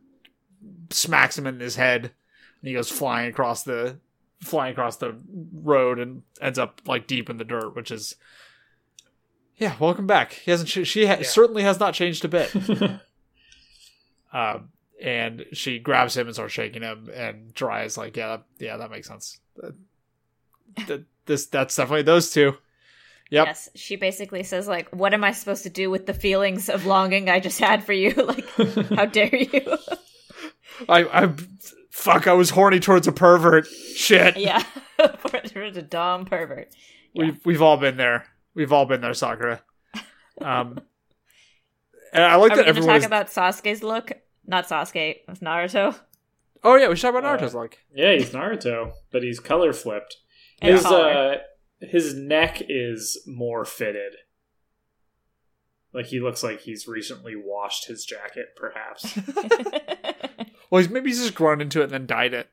D: smacks him in his head and he goes flying across the flying across the road and ends up like deep in the dirt, which is yeah, welcome back. He hasn't she, she ha- certainly has not changed a bit. um, and she grabs him and starts shaking him and Jiraiya's is like, yeah, that, yeah, that makes sense. That, that- this that's definitely those two. Yep.
C: Yes, she basically says, like, what am I supposed to do with the feelings of longing I just had for you? like, how dare you?
D: I, I, fuck, I was horny towards a pervert. Shit.
C: yeah. for, for the dumb pervert. Yeah.
D: We've, we've all been there. We've all been there, Sakura. Um, and I like
C: Are we
D: that
C: going to
D: everyone
C: talk
D: is-
C: about Sasuke's look? Not Sasuke, it's Naruto.
D: oh, yeah, we should talk about Naruto's
B: Uh,
D: like.
B: yeah, he's Naruto, but he's color flipped.
C: And
B: His
C: collar.
B: uh, his neck is more fitted. Like he looks like he's recently washed his jacket, perhaps.
D: Well, he's, maybe he's just grown into it and then dyed it.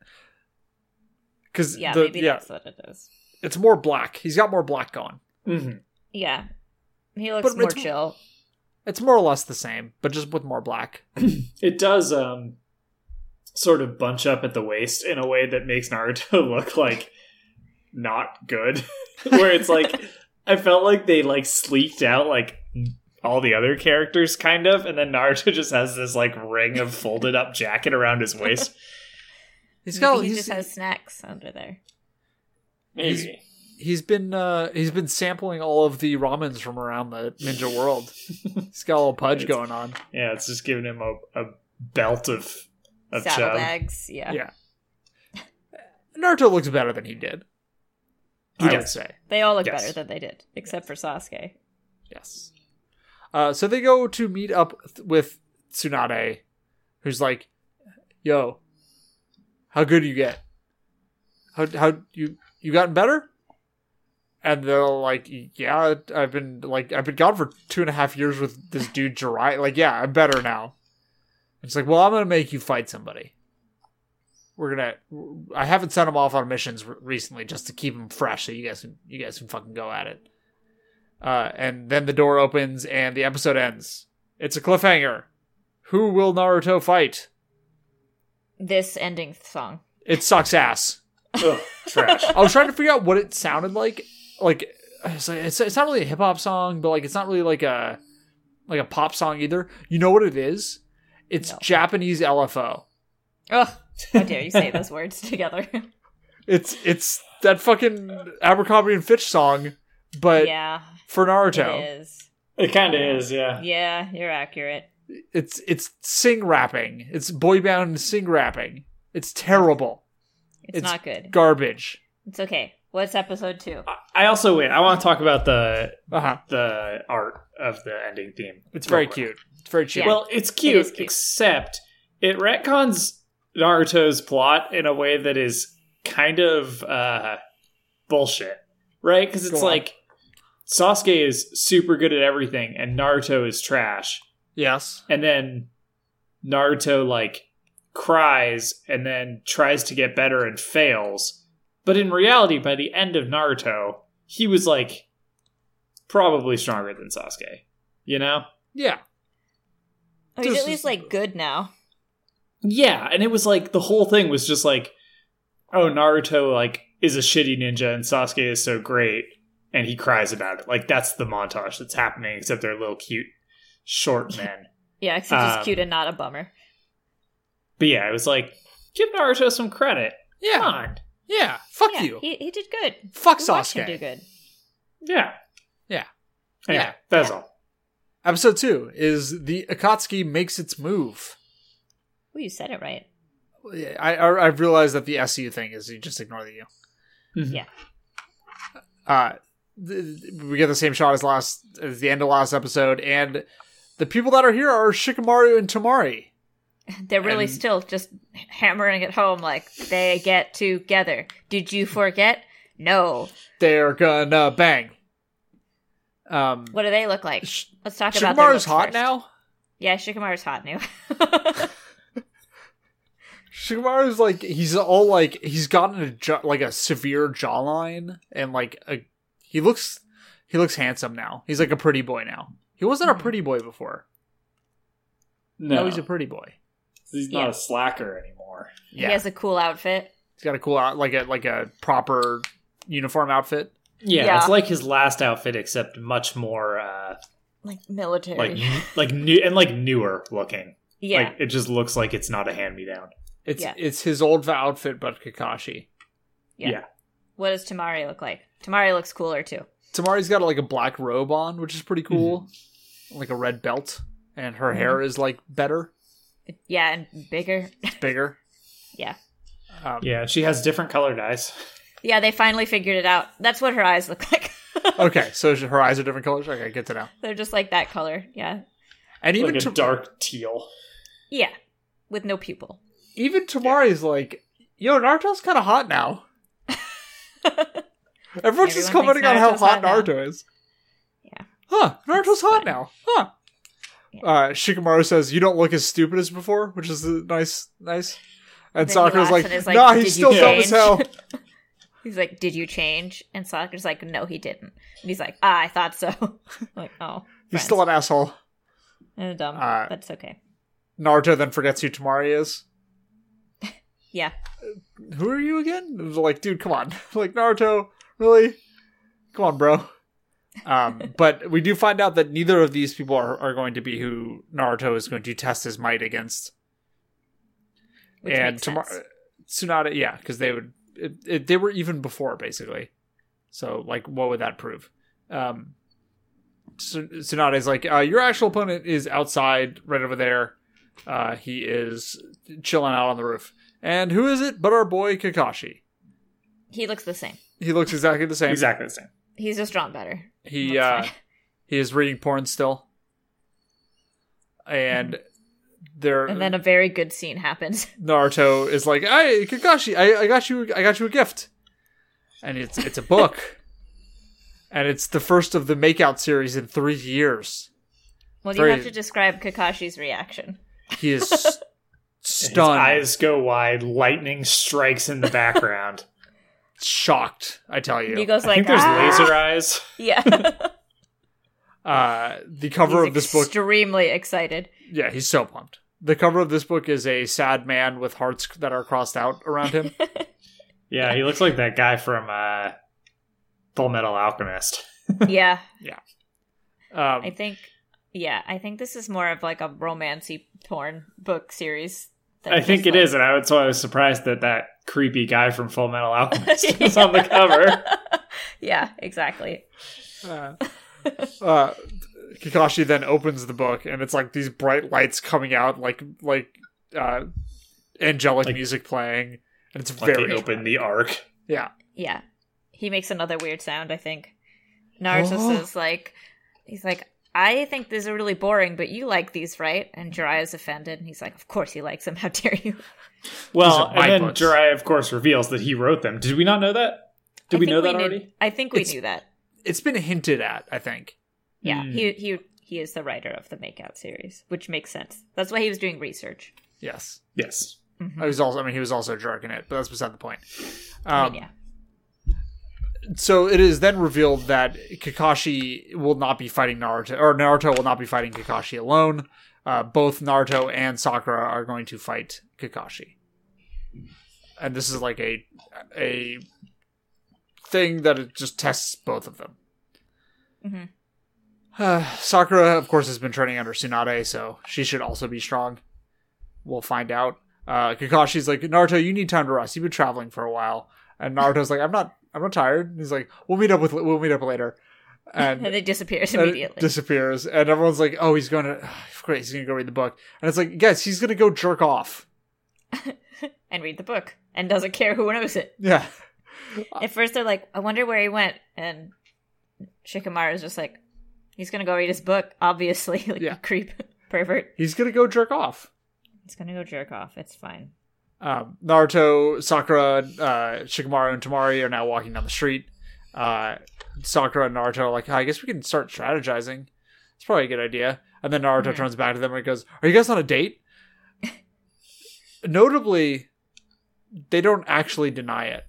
D: Because,
C: yeah,
D: yeah, the,
C: maybe
D: yeah
C: that's what it is.
D: it's more black. He's got more black going.
B: Mhm.
C: Yeah. He looks
D: But
C: more
D: it's-
C: chill.
D: It's more or less the same, but just with more black.
B: It does um, sort of bunch up at the waist in a way that makes Naruto look like not good. Where it's like I felt like they like sleeked out like all the other characters kind of, and then Naruto just has this like ring of folded up jacket around his waist.
D: He's got.
C: he
D: He's,
C: just has snacks under there.
D: He's-
B: Maybe.
D: he's been. Uh, he's been sampling all of the ramens from around the ninja world. he's got a little pudge
B: It's-
D: going on.
B: Yeah, it's just giving him a, a belt of of chub.
C: Saddlebags, yeah.
D: Yeah. Naruto looks better than he did.
B: He
D: I would
B: does.
D: say.
C: They all look
B: Yes.
C: better than they did, except for Sasuke.
D: Yes. Uh, so they go to meet up th- with Tsunade, who's like, "Yo, how good you get? How how you you gotten better?" And they're like, "Yeah, I've been like I've been gone for two and a half years with this dude Jirai. Like, yeah, I'm better now." It's like, "Well, I'm gonna make you fight somebody. We're gonna. I haven't sent him off on missions re- recently just to keep him fresh, so you guys can you guys can fucking go at it." Uh, and then the door opens and the episode ends. It's a cliffhanger. Who will Naruto fight?
C: This ending song.
D: It sucks ass.
B: Ugh, trash.
D: I was trying to figure out what it sounded like. Like it's, it's, it's not really a hip hop song, but like it's not really like a like a pop song either. You know what it is? It's
C: No.
D: Japanese LFO.
C: Ugh. How dare you say those words together?
D: It's it's that fucking Abercrombie and Fitch song, but
C: yeah,
D: for Naruto,
C: it is.
B: It kind of is, yeah.
C: Yeah, you're accurate.
D: it's it's sing rapping. It's boy band sing rapping. It's terrible
C: It's,
D: It's
C: not good.
D: garbage.
C: it's okay. What's episode two?
B: I also wait. I want to talk about the
D: Uh huh.
B: the art of the ending theme.
D: It's very
B: Real quick.
D: cute. It's very cute.
C: Yeah.
B: Well, it's
C: is
B: cute,
C: cute.
B: except it retcons Naruto's plot in a way that is kind of uh, bullshit, right? Because
D: Go
B: it's
D: on.
B: like Sasuke is super good at everything, and Naruto is trash.
D: Yes.
B: And then Naruto like cries and then tries to get better and fails. But in reality, by the end of Naruto, he was like probably stronger than Sasuke. You know?
D: Yeah.
C: Oh, he's
D: This
C: at least
D: is-
C: like good now.
B: Yeah, and it was like the whole thing was just like, oh, Naruto like is a shitty ninja and Sasuke is so great, and he cries about it. Like that's the montage that's happening, except they're little cute short men.
C: Yeah, except he's
B: Um,
C: cute and not a bummer.
B: but yeah, it was like give Naruto some credit.
D: Yeah.
B: Come on,
D: Yeah. Fuck
C: yeah,
D: you.
C: He, he did good.
D: Fuck
C: We watched him do
D: Sasuke.
C: good.
B: yeah,
D: Yeah.
B: Anyway,
D: Yeah.
B: That's
C: Yeah.
B: all.
D: Episode two is the Akatsuki makes its move.
C: Well, you said it right.
D: I I, I realize that the SU thing is you just ignore the U.
C: Yeah.
D: Uh, th- th- we get the same shot as last as the end of last episode, and the people that are here are Shikamaru and Tamari.
C: They're really
D: And-
C: still just hammering it home like they get together. Did you forget? No.
D: They're gonna bang. Um,
C: What do they look like?
D: Sh-
C: Let's talk about their
D: Shikamaru's
C: looks
D: hot
C: first.
D: now.
C: Yeah, Shikamaru's hot now.
D: Shikamaru's like he's all like he's gotten a jo- like a severe jawline and like a he looks he looks handsome now. He's like a pretty boy now. He wasn't a pretty boy before.
B: Hmm. No,
D: Now he's a pretty boy.
B: he's
C: not
B: not
C: yeah.
B: a slacker anymore.
D: Yeah,
C: He has a cool outfit.
D: he's got a cool out like a like a proper uniform outfit.
B: Yeah,
C: Yeah.
B: it's like his last outfit, except much more uh,
C: Like military.
B: like like new and like newer looking.
C: yeah.
B: Like it just looks like it's not a hand me down.
D: It's
C: Yeah.
D: it's his old outfit, but Kakashi.
C: yeah.
B: yeah.
C: What does Tamari look like? Tamari looks cooler too.
D: Tamari's got like a black robe on, which is pretty cool,
B: Mm-hmm.
D: like a red belt, and her hair is like better,
C: Yeah, and bigger.
D: it's bigger.
C: Yeah.
D: Um,
B: Yeah, and she has different colored eyes.
C: Yeah, they finally figured it out. That's what her eyes look like.
D: Okay, so her eyes are different colors. Okay, good to know.
C: They're just like that color. Yeah.
D: And even
B: like a
D: Ta-
B: dark teal.
C: Yeah. With no pupil.
D: even Tamari's like, yo, Naruto's kind of hot now. Everyone's just
C: Everyone thinks
D: commenting on how
C: Naruto's
D: hot
C: hot now.
D: Naruto is.
C: Yeah.
D: Huh, Naruto's hot now. Huh.
C: Yeah.
D: Uh, Shikamaru says, "You don't look as stupid as before," which is uh, nice, nice. And
C: Then he
D: Sakura's
C: laughs
D: like,
C: and is
D: "No,
C: like,
D: nah,
C: "Did
D: he's
C: you
D: still dumb as
C: change?"
D: hell."
C: He's like, "Did you change?" And Sokka's like, "No, he didn't." And he's like, "Ah, I thought so." I'm like, oh,
D: He's
C: friends.
D: still an asshole.
C: and a dumb.
D: uh,
C: That's okay.
D: Naruto then forgets who Tamari is.
C: Yeah,
D: Who are you again? It was like, dude, come on. like Naruto, really? Come on, bro. Um, but we do find out that neither of these people are, are going to be who Naruto is going to test his might against.
C: which
D: and
C: makes
D: tomorrow,
C: sense.
D: Tsunade, yeah, because they would, it, it, they were even before basically. So like, what would that prove? Um, Tsu- Tsunade's like, uh, your actual opponent is outside, right over there. Uh, he is chilling out on the roof. And who is it but our boy Kakashi?
C: he looks the same.
D: He looks exactly the same.
B: Exactly the same.
C: He's just drawn better.
D: He uh,
C: That's
D: he is reading porn still, and there.
C: And then a very good scene happens.
D: Naruto is like, "Hey, Kakashi, I, I got you, I got you a gift," and it's it's a book, and it's the first of the makeout series in three years.
C: Well, you have
D: Very-
C: to describe Kakashi's reaction.
D: He is s-
B: His
D: stunned,
B: eyes go wide. Lightning strikes in the background.
D: shocked. I tell you,
C: He goes
B: I
C: like,
B: think there's
C: "Ah!"
B: laser eyes.
C: Yeah,
D: uh, the cover
C: He's
D: of this book.
C: extremely excited.
D: Yeah, he's so pumped. The cover of this book is a sad man with hearts that are crossed out around him.
B: Yeah, he looks like that guy from uh, Full Metal Alchemist.
C: yeah,
D: Um,
C: I think. Yeah, I think this is more of like a romancy porn book series. than
B: I think
C: just,
B: it
C: like-
B: is, and I was, so I was surprised that that creepy guy from Full Metal Alchemist was on the cover.
C: Yeah, exactly.
D: uh, uh, Kakashi then opens the book, and it's like these bright lights coming out, like like uh, angelic
B: Like-
D: music playing, and it's
B: Like
D: very
B: they open the arc.
D: Yeah,
C: Yeah. He makes another weird sound, I think. Naruto
D: Oh.
C: says like he's like I think these are really boring, but you like these, right? And Jiraiya's offended, and he's like, Of course he likes them. How dare you?
B: Well,
D: my
B: and then
D: books.
B: Jiraiya, of course, reveals that he wrote them. Did we not know that? Did
C: I
B: we
C: think
B: know that
C: knew-
B: already?
C: I think we
D: It's-
C: knew that.
D: It's been hinted at, I think.
C: Yeah,
B: Hmm.
C: he he he is the writer of the Makeout series, which makes sense. That's why he was doing research.
D: Yes.
B: Yes.
C: Mhm.
D: I was also I mean he was also jerking it, but that's beside the point.
C: I
D: Um,
C: mean, yeah.
D: so it is then revealed that Kakashi will not be fighting Naruto, or Naruto will not be fighting Kakashi alone. Uh, both Naruto and Sakura are going to fight Kakashi, and this is like a a thing that it just tests both of them.
C: Mhm.
D: Uh, Sakura, of course, has been training under Tsunade, so she should also be strong. We'll find out. Uh, Kakashi's like Naruto, you need time to rest. You've been traveling for a while, and Naruto's like, I'm not, I'm not tired. And he's like, we'll meet up with, we'll meet up later, and
C: And it disappears
D: and it
C: immediately.
D: disappears, and everyone's like, "Oh, he's gonna, great, he's gonna go read the book," and it's like, "Guys, he's gonna go jerk off."
C: and read the book and doesn't care who knows it.
D: Yeah, Uh,
C: At first, they're like, I wonder where he went. And Shikamaru's just like, he's going to go read his book, obviously. like,
D: Yeah.
C: you creep, pervert.
D: he's gonna go jerk off.
C: He's going to go jerk off. It's fine.
D: Um, Naruto, Sakura, uh, Shikamaru, and Tamari are now walking down the street. Uh, Sakura and Naruto are like, "I guess we can start strategizing. It's probably a good idea." And then Naruto
C: Mhm.
D: turns back to them and goes, "Are you guys on a date?" Notably, they don't actually deny it.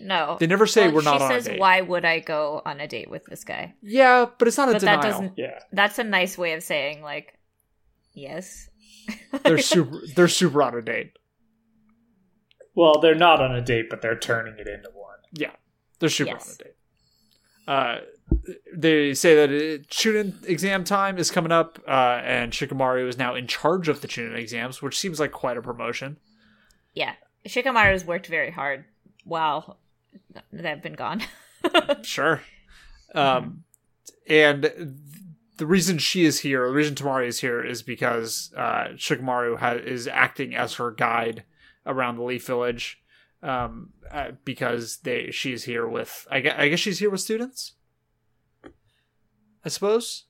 C: No.
D: They never say
C: Well,
D: we're not
C: she
D: on
C: says,
D: a date.
C: Why would I go on a date with this guy?
D: Yeah, but it's not a
C: but
D: denial.
C: that doesn't,
B: Yeah.
C: that's a nice way of saying, like, yes.
D: they're super they're super out of date.
B: Well, they're not on a date, but they're turning it into one.
D: They're super
C: Yes.
D: out of date. Uh, they say that it, Chunin exam time is coming up, uh, and Shikamaru is now in charge of the Chunin exams, which seems like quite a promotion.
C: Yeah. Shikamaru's worked very hard while they've been gone.
D: Sure. Um, and th- the reason she is here, the reason Tamari is here, is because uh, Shikamaru ha- is acting as her guide around the Leaf Village. Um, uh, because they she's here with, I guess, I guess she's here with students. I suppose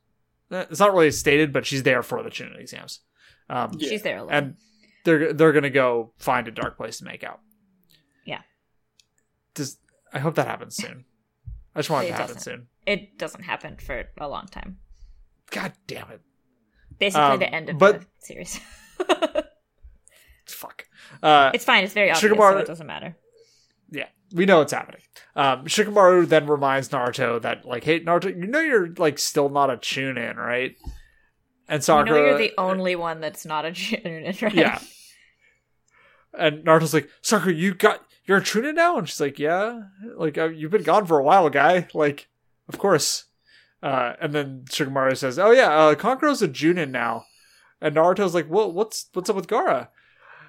D: Uh, it's not really stated, but she's there for the Chunin exams. Um,
B: Yeah.
C: She's there alone.
D: and they're they're gonna go find a dark place to make out.
C: Yeah.
D: Does I hope that happens soon. I just want it,
C: It
D: to happen
C: doesn't.
D: soon.
C: it doesn't happen for a long time.
D: God damn it!
C: Basically,
D: Um,
C: the end of
D: but-
C: the series.
D: Fuck. Uh,
C: it's fine. It's very obvious, so
D: Shikamaru-
C: it doesn't matter.
D: yeah, we know it's happening. Um, Shikamaru then reminds Naruto that like, hey Naruto, you know you're like still not a tune in, right?
C: You
D: And
C: know,
D: Sakura,
C: you're the only one that's not a Chunin, right?
D: uh, yeah. And Naruto's like, Sakura, you got you're a tune in now, and she's like, yeah, like uh, you've been gone for a while, guy. Like, of course. Uh, and then Shikamaru says, oh yeah, uh, Konkuro's a Junin now. And Naruto's like, well, what's what's up with Gara?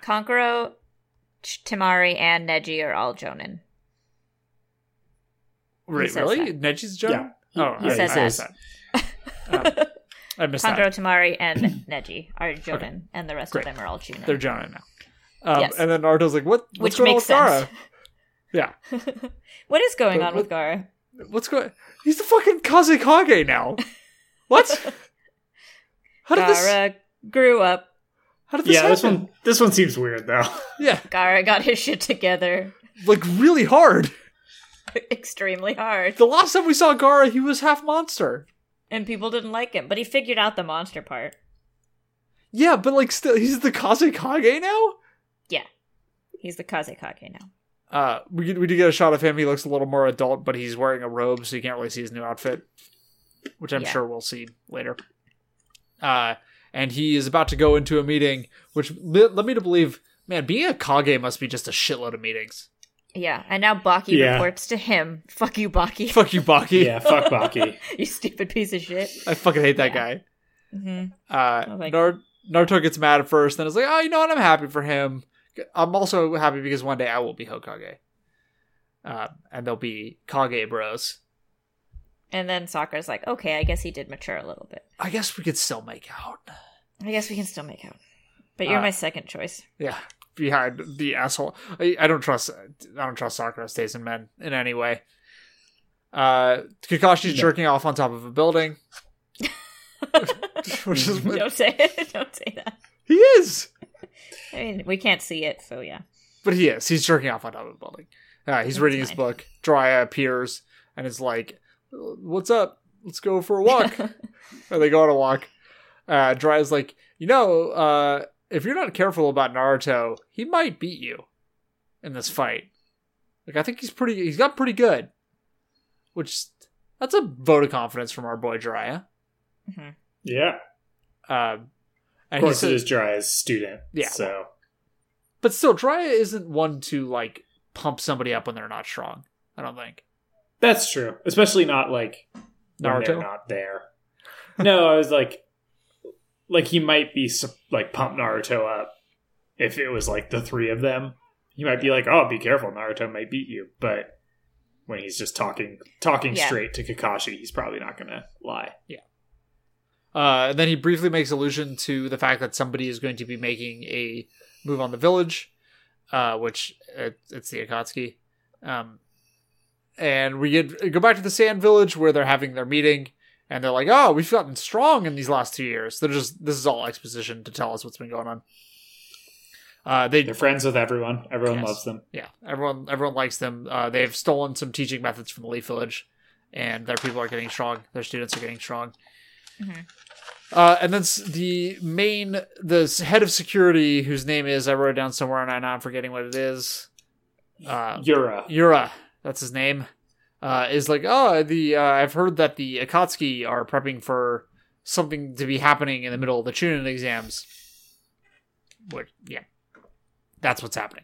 C: Konkuro, Ch- Tamari, and Neji are all Jonin.
D: Re-
C: says
D: really? Neji's a Junin?
B: Yeah.
D: Oh,
B: He
D: I,
C: says
D: I
C: that.
D: missed that. Um, I missed
C: Konkuro,
D: that.
C: Tamari, and Neji are Jonin, and the rest
D: Great.
C: of them are all Chunin.
D: They're Jonin now. Um,
C: Yes.
D: And then Naruto's like, what?
C: which
D: What's going
C: makes
D: on with
C: sense.
D: Gara?
C: what is going
D: But
C: on with
D: what-
C: Gara?
D: Yeah. What's going? He's the fucking Kazekage now. What? How did this?
C: Gara grew up.
D: How did this
B: Yeah,
D: happen?
B: this one this one seems weird though.
D: Yeah,
C: Gara got his shit together
D: like really hard.
C: extremely hard,
D: The last time we saw Gara, he was half monster.
C: and people didn't like him. But he figured out the monster part.
D: Yeah, but like still, he's the Kazekage now.
C: He's the Kazekage now.
D: Uh, we did- we do get a shot of him. He looks a little more adult, but he's wearing a robe, so you can't really see his new outfit, which I'm
C: Yeah.
D: sure we'll see later. Uh, and he is about to go into a meeting, which le- led me to believe, man, being a Kage must be just a shitload of meetings.
C: Yeah, and now Baki
B: Yeah.
C: reports to him. Fuck you, Baki.
D: Fuck you, Baki.
B: yeah, fuck Baki.
C: you stupid piece of shit.
D: I fucking hate that guy.
C: hmm
D: Uh,
C: I like-
D: Nar- Naruto gets mad at first, then it's like, oh, you know what? I'm happy for him. I'm also happy because one day I will be Hokage. Uh, and they'll be Kage bros.
C: And then Sakura's like, okay, I guess he did mature a little bit.
D: I guess we could still make out.
C: I guess we can still make out. But you're
D: Uh,
C: my second choice.
D: Yeah, behind the asshole. I, I don't trust. I don't trust Sakura's taste in men in any way. Uh, Kakashi's
B: No.
D: jerking off on top of a building. Which is
C: don't say it. Don't say that.
D: he is,
C: I mean, we can't see it, so yeah.
D: but he is. He's jerking off on top of the building. Uh, he's
C: That's
D: reading his
C: fine.
D: book. Dryad appears and is like, "What's up? Let's go for a walk." or they go on a walk. Uh, Jiraiya's like, you know, uh, if you're not careful about Naruto, he might beat you in this fight. Like, I think he's pretty. He's got pretty good. Which that's a vote of confidence from our boy Jiraiya.
C: Mhm.
B: Yeah.
D: Um,
B: Of
D: and he
B: course,
D: says,
B: it is Jiraiya's student.
D: Yeah.
B: So
D: but still, Jiraiya isn't one to like pump somebody up when they're not strong. I don't think
B: that's true. Especially not like when they're
D: Naruto.
B: not there. No, I was like, like he might be sup- like pump Naruto up if it was like the three of them. He might be like, "Oh, be careful, Naruto might beat you." But when he's just talking, talking
C: Yeah.
B: straight to Kakashi, he's probably not gonna lie.
D: Uh, and then he briefly makes allusion to the fact that somebody is going to be making a move on the village, uh, which it, it's the Akatsuki. Um, and we get go back to the Sand Village where they're having their meeting, and they're like, "Oh, we've gotten strong in these last two years." They're just this is all exposition to tell us what's been going on. Uh, they
B: They're friends with everyone. Everyone
D: Yes.
B: loves them.
D: yeah, everyone everyone likes them. Uh, they've stolen some teaching methods from the Leaf Village, and their people are getting strong. Their students are getting strong.
C: Mhm.
D: Uh, and then s- the main, the s- head of security, whose name is I wrote it down somewhere, and I- now I'm forgetting what it is. Uh,
B: Yura.
D: Yura, that's his name, uh, is like, oh, the uh, I've heard that the Akatsuki are prepping for something to be happening in the middle of the Chunin exams. Which, yeah, that's what's happening.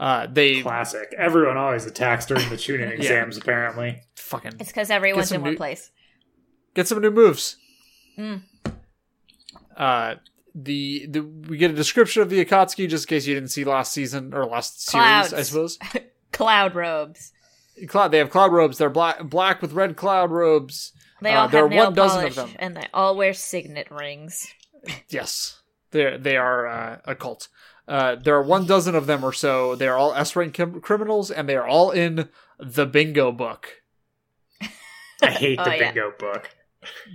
D: Uh, they
B: Classic. Everyone always attacks during the tuning exams, apparently.
D: fucking
C: It's because everyone's
D: some
C: in one
D: new-
C: place.
D: get some new moves.
C: Mm.
D: Uh, the the we get a description of the Akatsuki just in case you didn't see last season or last
C: Clouds.
D: series, I suppose.
C: Cloud robes.
D: Cloud. They have cloud robes. They're black black with red cloud robes.
C: They
D: Uh,
C: all
D: there are
C: have nail
D: one dozen of
C: polish,
D: them.
C: and they all wear signet rings.
D: Yes, they they are uh, a cult. Uh, there are one dozen of them or so. They are all S rank crim- criminals, and they are all in the bingo book.
B: I hate the
C: Oh, yeah.
B: bingo book.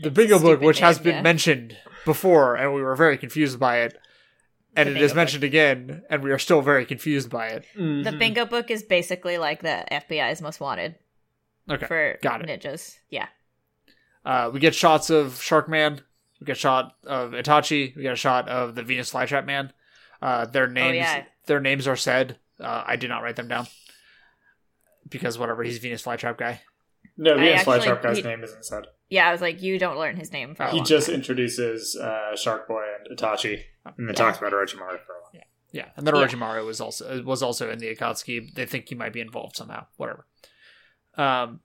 D: The bingo book,
C: stupid
D: which has
C: name,
D: been
C: yeah.
D: mentioned before, and we were very confused by it, and
C: The
D: it is
C: bingo book.
D: mentioned again, and we are still very confused by it.
C: The bingo book is basically like the FBI's most wanted
D: Okay.
C: for
D: got it.
C: ninjas. Yeah.
D: Uh, we get shots of Sharkman. We get shot of Itachi. We get a shot of the Venus Flytrap Man. Uh, their names,
C: Oh, yeah.
D: their names are said. Uh, I did not write them down because whatever. He's Venus Flytrap guy.
B: No,
C: I
B: the actually,
C: actually-
B: Shark guy's
C: he-
B: name isn't said.
C: Yeah, I was like, you don't learn his name for a
D: He
B: He
C: long
B: just
C: time.
B: introduces uh, Shark Boy and Itachi, and
D: Mm.
B: then talks about Orochimaru for a while.
D: Yeah, and then
C: Yeah.
D: Orochimaru was also was also in the Akatsuki. They think he might be involved somehow. Whatever. Um,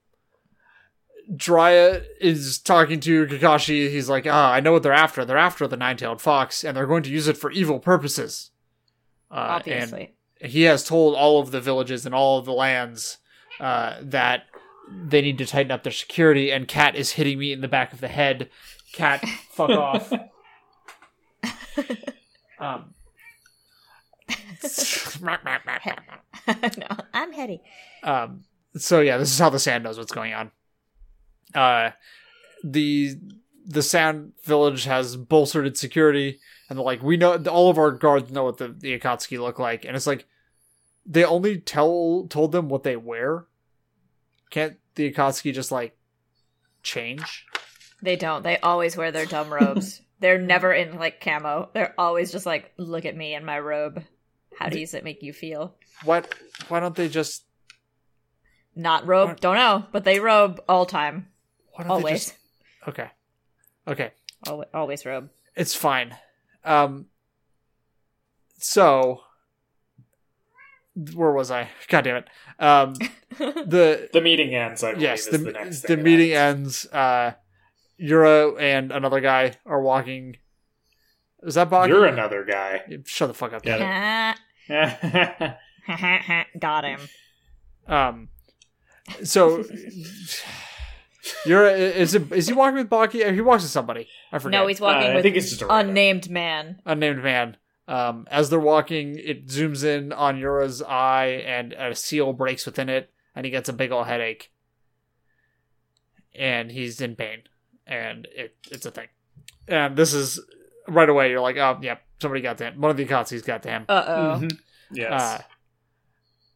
D: Jiraiya is talking to Kakashi. He's like, "Ah, I know what they're after. They're after the nine-tailed fox, and they're going to use it for evil purposes." Uh, and-
C: obviously.
D: he has told all of the villages and all of the lands uh, that they need to tighten up their security. And Cat is hitting me in the back of the head. Cat, fuck off. Um,
C: no, I'm Hetty.
D: um, so yeah, this is how the sand knows what's going on. Uh, the the sand village has bolstered its security, and they're like, we know all of our guards know what the, the Akatsuki look like, and it's like they only tell told them what they wear. Can't the Akatsuki just like change?
C: They don't. They always wear their dumb robes. They're never in like camo. They're always just like, look at me in my robe. How does it make you feel?
D: What? Why don't they just?
C: Not robe, don't know, but they robe all time.
D: Why don't they
C: Always.
D: just- okay, okay.
C: Always, always robe.
D: It's fine. Um so where was I? God damn it. Um the
B: The meeting ends, I believe,
D: yes,
B: is
D: the
B: the next
D: the,
B: thing that
D: meeting
B: happens.
D: ends. Uh Yura and another guy are walking. Is that Baki?
B: You're another guy. Uh,
D: Shut the fuck up.
B: Yeah.
C: Got him.
D: Um so Yura i- is it is he walking with Baki? He walks with somebody. I forget.
C: No, he's
B: Uh,
C: walking
B: I
C: with
B: think it's just a random.
C: unnamed man.
D: unnamed man. Um, as they're walking, it zooms in on Yura's eye, and a seal breaks within it, and he gets a big ol' headache, and he's in pain, and it it's a thing. and this is right away. You're like, oh, yep, somebody got to him. One of the Akatsuki's got to him.
C: Uh oh.
B: Mhm. Yes.
D: Uh,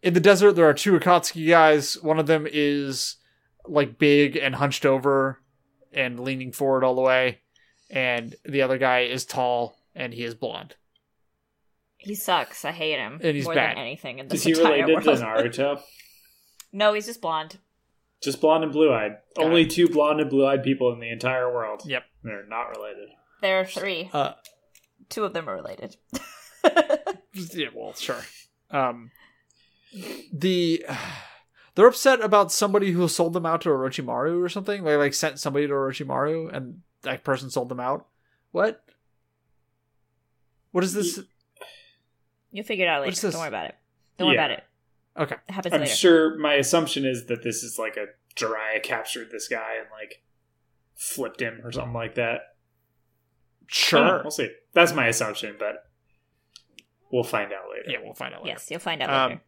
D: in the desert, there are two Akatsuki guys. One of them is like big and hunched over and leaning forward all the way, and the other guy is tall and he is blonde.
C: He sucks. I hate him
D: And he's
C: more
D: bad.
C: than anything in
B: Is
C: this
B: he
C: entire
B: related
C: world.
B: to Naruto?
C: no, he's just blonde.
B: Just blonde and blue eyed.
D: Got
B: Only two blonde and blue eyed people in the entire world.
D: Yep.
B: They're not related.
C: There are three.
A: Uh,
C: Two of them are related.
D: Yeah, well, sure. Um, the they're upset about somebody who sold them out to Orochimaru or something. They like sent somebody to Orochimaru, and that person sold them out. What? What is this?
C: You'll figure it out
D: What's
C: later.
D: this?
C: Don't worry about it. Don't worry
B: Yeah.
C: about it.
D: Okay.
C: It happens
B: I'm
C: later.
B: sure my assumption is that this is like a Jiraiya captured this guy and like flipped him or something like that. I don't know,
D: Sure.
B: we'll see. That's my assumption, but we'll find out later.
D: Yeah, we'll find out later.
C: Yes, you'll find out
D: Um,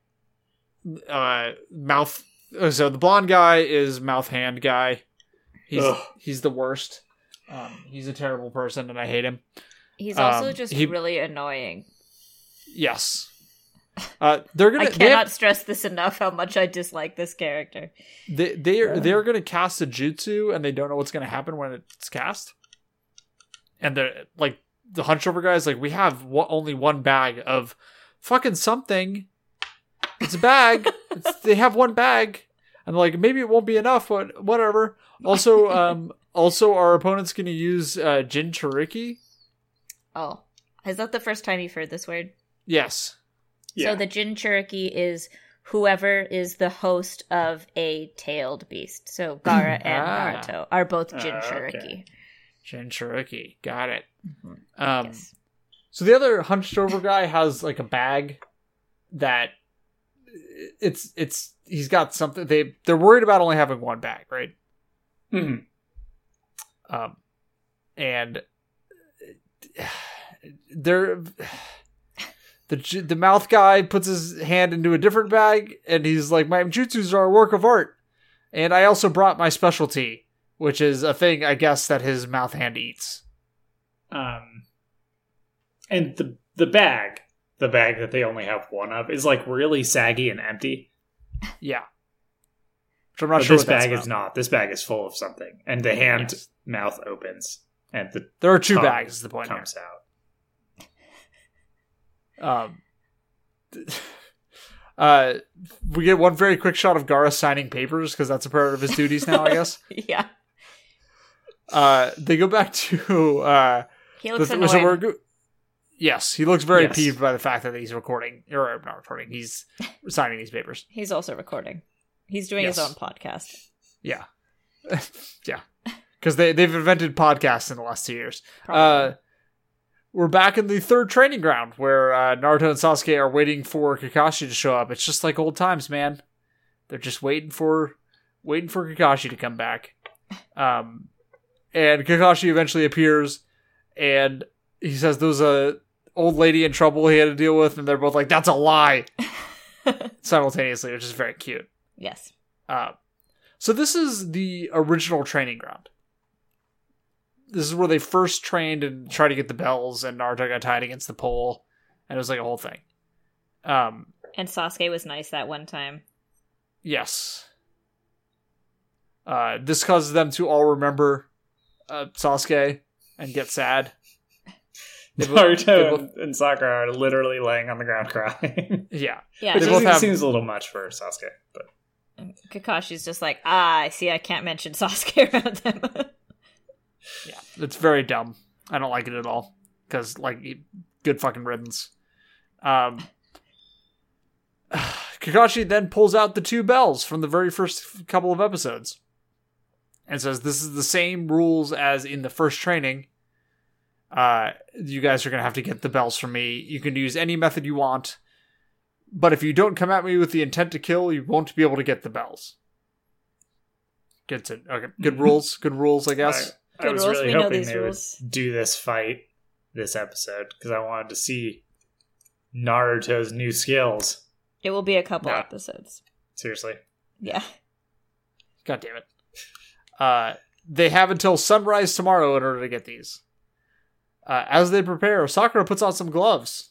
C: later.
D: uh mouth uh, so the blonde guy is mouth hand guy he's
B: Ugh.
D: he's the worst um he's a terrible person and i hate him
C: He's also
D: um,
C: just
D: he-
C: really annoying.
D: yes uh they're
C: I
D: gonna they
C: cannot stress this enough how much I dislike this character.
D: they, they are they're gonna cast a jutsu and they don't know what's gonna happen when it's cast and they're like the hunchover guy is like we have one, only one bag of fucking something it's a bag it's, they have one bag and they're like maybe it won't be enough but whatever also um also our opponent's gonna use uh jin Jinchuriki.
C: Oh. Is that the first time you've heard this word?
D: yes
B: Yeah.
C: So the Jin Cherokee is whoever is the host of a tailed beast. So Gara and
D: Ah.
C: Naruto are both Jin
B: Ah, okay.
C: Cherokee.
D: Jin Jinchuriki. got it
C: Mhm.
D: um
C: yes.
D: So the other hunched over guy has like a bag that it's it's he's got something they they're worried about only having one bag, right?
B: Mhm.
D: Um and they're the ju- the mouth guy puts his hand into a different bag and he's like my jutsus are a work of art and I also brought my specialty, which is a thing I guess that his mouth hand eats.
B: Um, and the the bag, the bag that they only have one of, is like really saggy and empty.
D: Yeah. Which I'm not
B: But
D: sure
B: this
D: what that's
B: bag
D: about.
B: is not. This bag is full of something, and the hand
D: Yes.
B: mouth opens, and the
D: There are two
B: tongue
D: bags. Is the point here.
B: comes out.
D: Um, uh, we get one very quick shot of Gara signing papers because that's a part of his duties now, I guess.
C: Yeah.
D: Uh, they go back to uh,
C: He
D: the-
C: looks
D: so we're
C: annoyed.
D: go- yes, he looks very
B: Yes.
D: peeved by the fact that he's recording or uh, not recording. He's signing these papers.
C: He's also recording. He's doing his
D: Yes.
C: own podcast.
D: Yeah, yeah, because they they've invented podcasts in the last two years.
C: Probably.
D: Uh, we're back in the third training ground where uh, Naruto and Sasuke are waiting for Kakashi to show up. It's just like old times, man. They're just waiting for waiting for Kakashi to come back. Um, and Kakashi eventually appears, and he says there's a old lady in trouble he had to deal with, and they're both like, "That's a lie," simultaneously, which is very cute.
C: yes.
D: Uh, so this is the original training ground. This is where they first trained and tried to get the bells, and Naruto got tied against the pole, and it was like a whole thing. Um,
C: And Sasuke was nice that one time.
D: yes. Uh, this causes them to all remember uh, Sasuke and get sad. They both- they
B: Naruto
D: both-
B: and, and Sakura are literally laying on the ground crying,
D: yeah,
C: Yeah.
B: which
D: They
C: just-
D: both
B: is-
D: have-
B: seems a little much for Sasuke. But
C: Kakashi's just like, ah, I see I can't mention Sasuke around them.
D: yeah, it's very dumb. I don't like it at all because like y- good fucking riddance. Um, Kakashi then pulls out the two bells from the very first f- couple of episodes and says, "This is the same rules as in the first training. Uh, you guys are gonna have to get the bells from me. You can use any method you want." But if you don't come at me with the intent to kill, you won't be able to get the bells. Good, to, okay. Good rules. Good rules, I guess.
B: I, I
C: Good
B: was
C: rules.
B: really
C: we know
B: hoping
C: these
B: they would
C: rules.
B: do this fight this episode because I wanted to see Naruto's new skills.
C: It will be a couple
D: Nah.
C: episodes.
B: Seriously.
C: Yeah.
D: God damn it. Uh, they have until sunrise tomorrow in order to get these. Uh, as they prepare, Sakura puts on some gloves,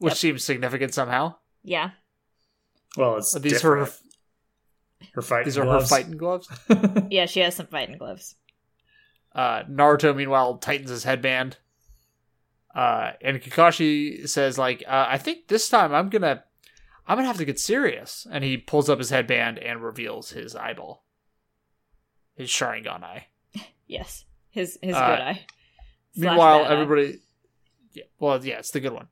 D: which seems significant somehow.
C: Yeah.
B: Well, it's
D: Are these
B: different.
D: her
B: her fighting
D: these are
B: gloves.
D: her fighting gloves.
C: Yeah, she has some fighting gloves.
D: Uh, Naruto, meanwhile, tightens his headband. Uh, and Kakashi says, like, uh, I think this time I'm gonna, I'm gonna have to get serious. And he pulls up his headband and reveals his eyeball, his Sharingan eye.
C: Yes. His his
D: Uh,
C: good eye. Slash
D: meanwhile,
C: bad eye.
D: everybody, yeah, well, yeah, it's the good one.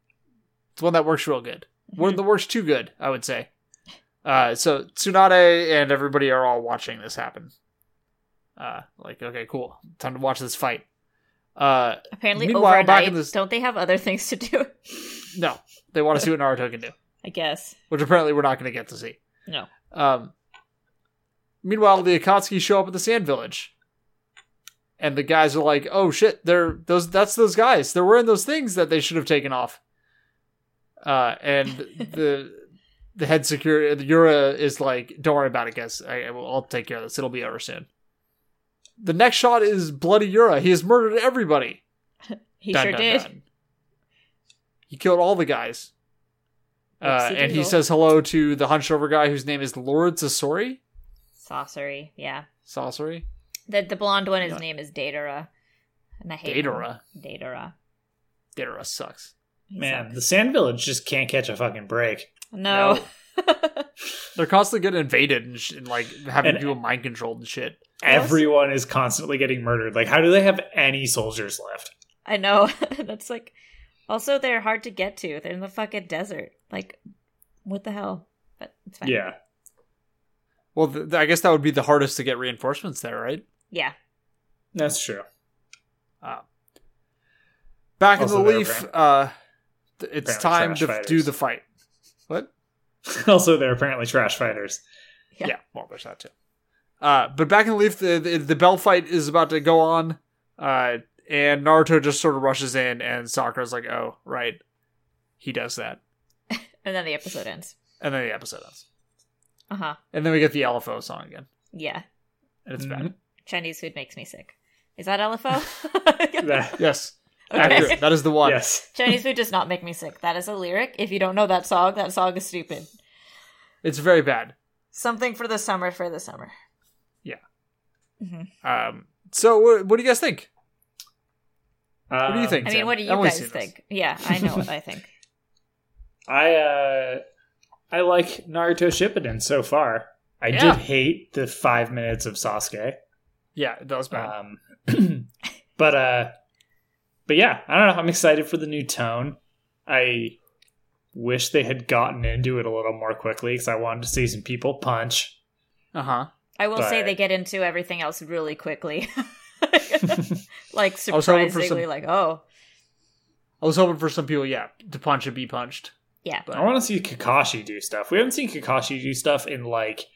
D: It's the one that works real good.
C: Mm-hmm.
D: One that works too good, I would say. Uh, so Tsunade and everybody are all watching this happen. Uh, like, okay, cool, time to watch this fight. Uh,
C: Apparently
D: meanwhile, back
C: overnight,
D: in this-
C: don't they have other things to do?
D: No, they want to see what Naruto can do,
C: I guess.
D: which apparently we're not going to get to see.
C: No.
D: Um, meanwhile, the Akatsuki show up at the Sand Village, and the guys are like, "Oh shit, they're those. That's those guys. They're wearing those things that they should have taken off." Uh, and the the head security Yura is like, "Don't worry about it, guys. I, I will, I'll take care of this. It'll be over soon." The next shot is bloody Yura. He has murdered everybody.
C: He
D: Dun,
C: sure
D: dun,
C: did.
D: dun. He killed all the guys. Uh,
C: Oopsie
D: and he
C: doodle.
D: says hello to the hunched over guy whose name is Lord Sasori.
C: Saucery, yeah.
D: Sasori?
C: The the blonde one, his
D: Yeah.
C: name is Datara. And I hate him.
D: Datara.
C: Datara.
D: Datara sucks.
C: He
B: Man, the
C: sucks.
B: Sand Village just can't catch a fucking break.
C: No.
D: They're constantly getting invaded and, sh- and like having
B: And-
D: people mind controlled and shit.
B: Everyone is constantly getting murdered. Like, how do they have any soldiers left?
C: I know. That's like also they're hard to get to. They're in the fucking desert. Like what the hell? But it's fine.
B: Yeah.
D: Well, th- I guess that would be the hardest to get reinforcements there, right?
C: Yeah.
B: That's true.
D: Back
B: Also
D: in the
B: they're
D: leaf,
B: apparent-
D: uh, th- it's
B: apparently
D: time
B: trash
D: to f- do
B: fighters.
D: the fight. What?
B: also, they're apparently trash fighters.
C: Yeah.
D: yeah, well, there's that too. Uh, but back in the leaf, the, the the bell fight is about to go on, uh, and Naruto just sort of rushes in, and Sakura's like, "Oh, right," he does that,
C: And then the episode ends.
D: and then the episode ends,
C: Uh huh.
D: and then we get the LFO song again,
C: Yeah.
D: and it's bad.
B: Mhm.
C: Mm-hmm. Chinese food makes me sick. Is that LFO?
B: That-
D: Yes,
C: okay.
D: accurate. That is the one.
B: yes.
C: Chinese food does not make me sick. That is a lyric. If you don't know that song, that song is stupid.
D: It's very bad.
C: Something for the summer for the summer.
D: Yeah.
C: hmm
D: Um, so what, what do you guys think? What do you
B: Um,
D: think?
C: I
D: Tim?
C: mean, what do you
D: Emily's
C: guys
D: seen this.
C: think? Yeah, I know what I think.
B: I uh, I like Naruto Shippuden so far. I
D: Yeah.
B: did hate the five minutes of Sasuke,
D: Yeah, that was bad.
B: um, but uh, but yeah, I don't know. I'm excited for the new tone. I wish they had gotten into it a little more quickly because I wanted to see some people punch.
D: Uh huh.
C: I will say
B: But-
C: they get into everything else really quickly. like
D: I was hoping for
C: surprisingly,
D: some-
C: like oh
D: I was hoping for some people, yeah, to punch and be punched.
C: yeah,
D: But
B: I want to see Kakashi do stuff. We haven't seen Kakashi do stuff in like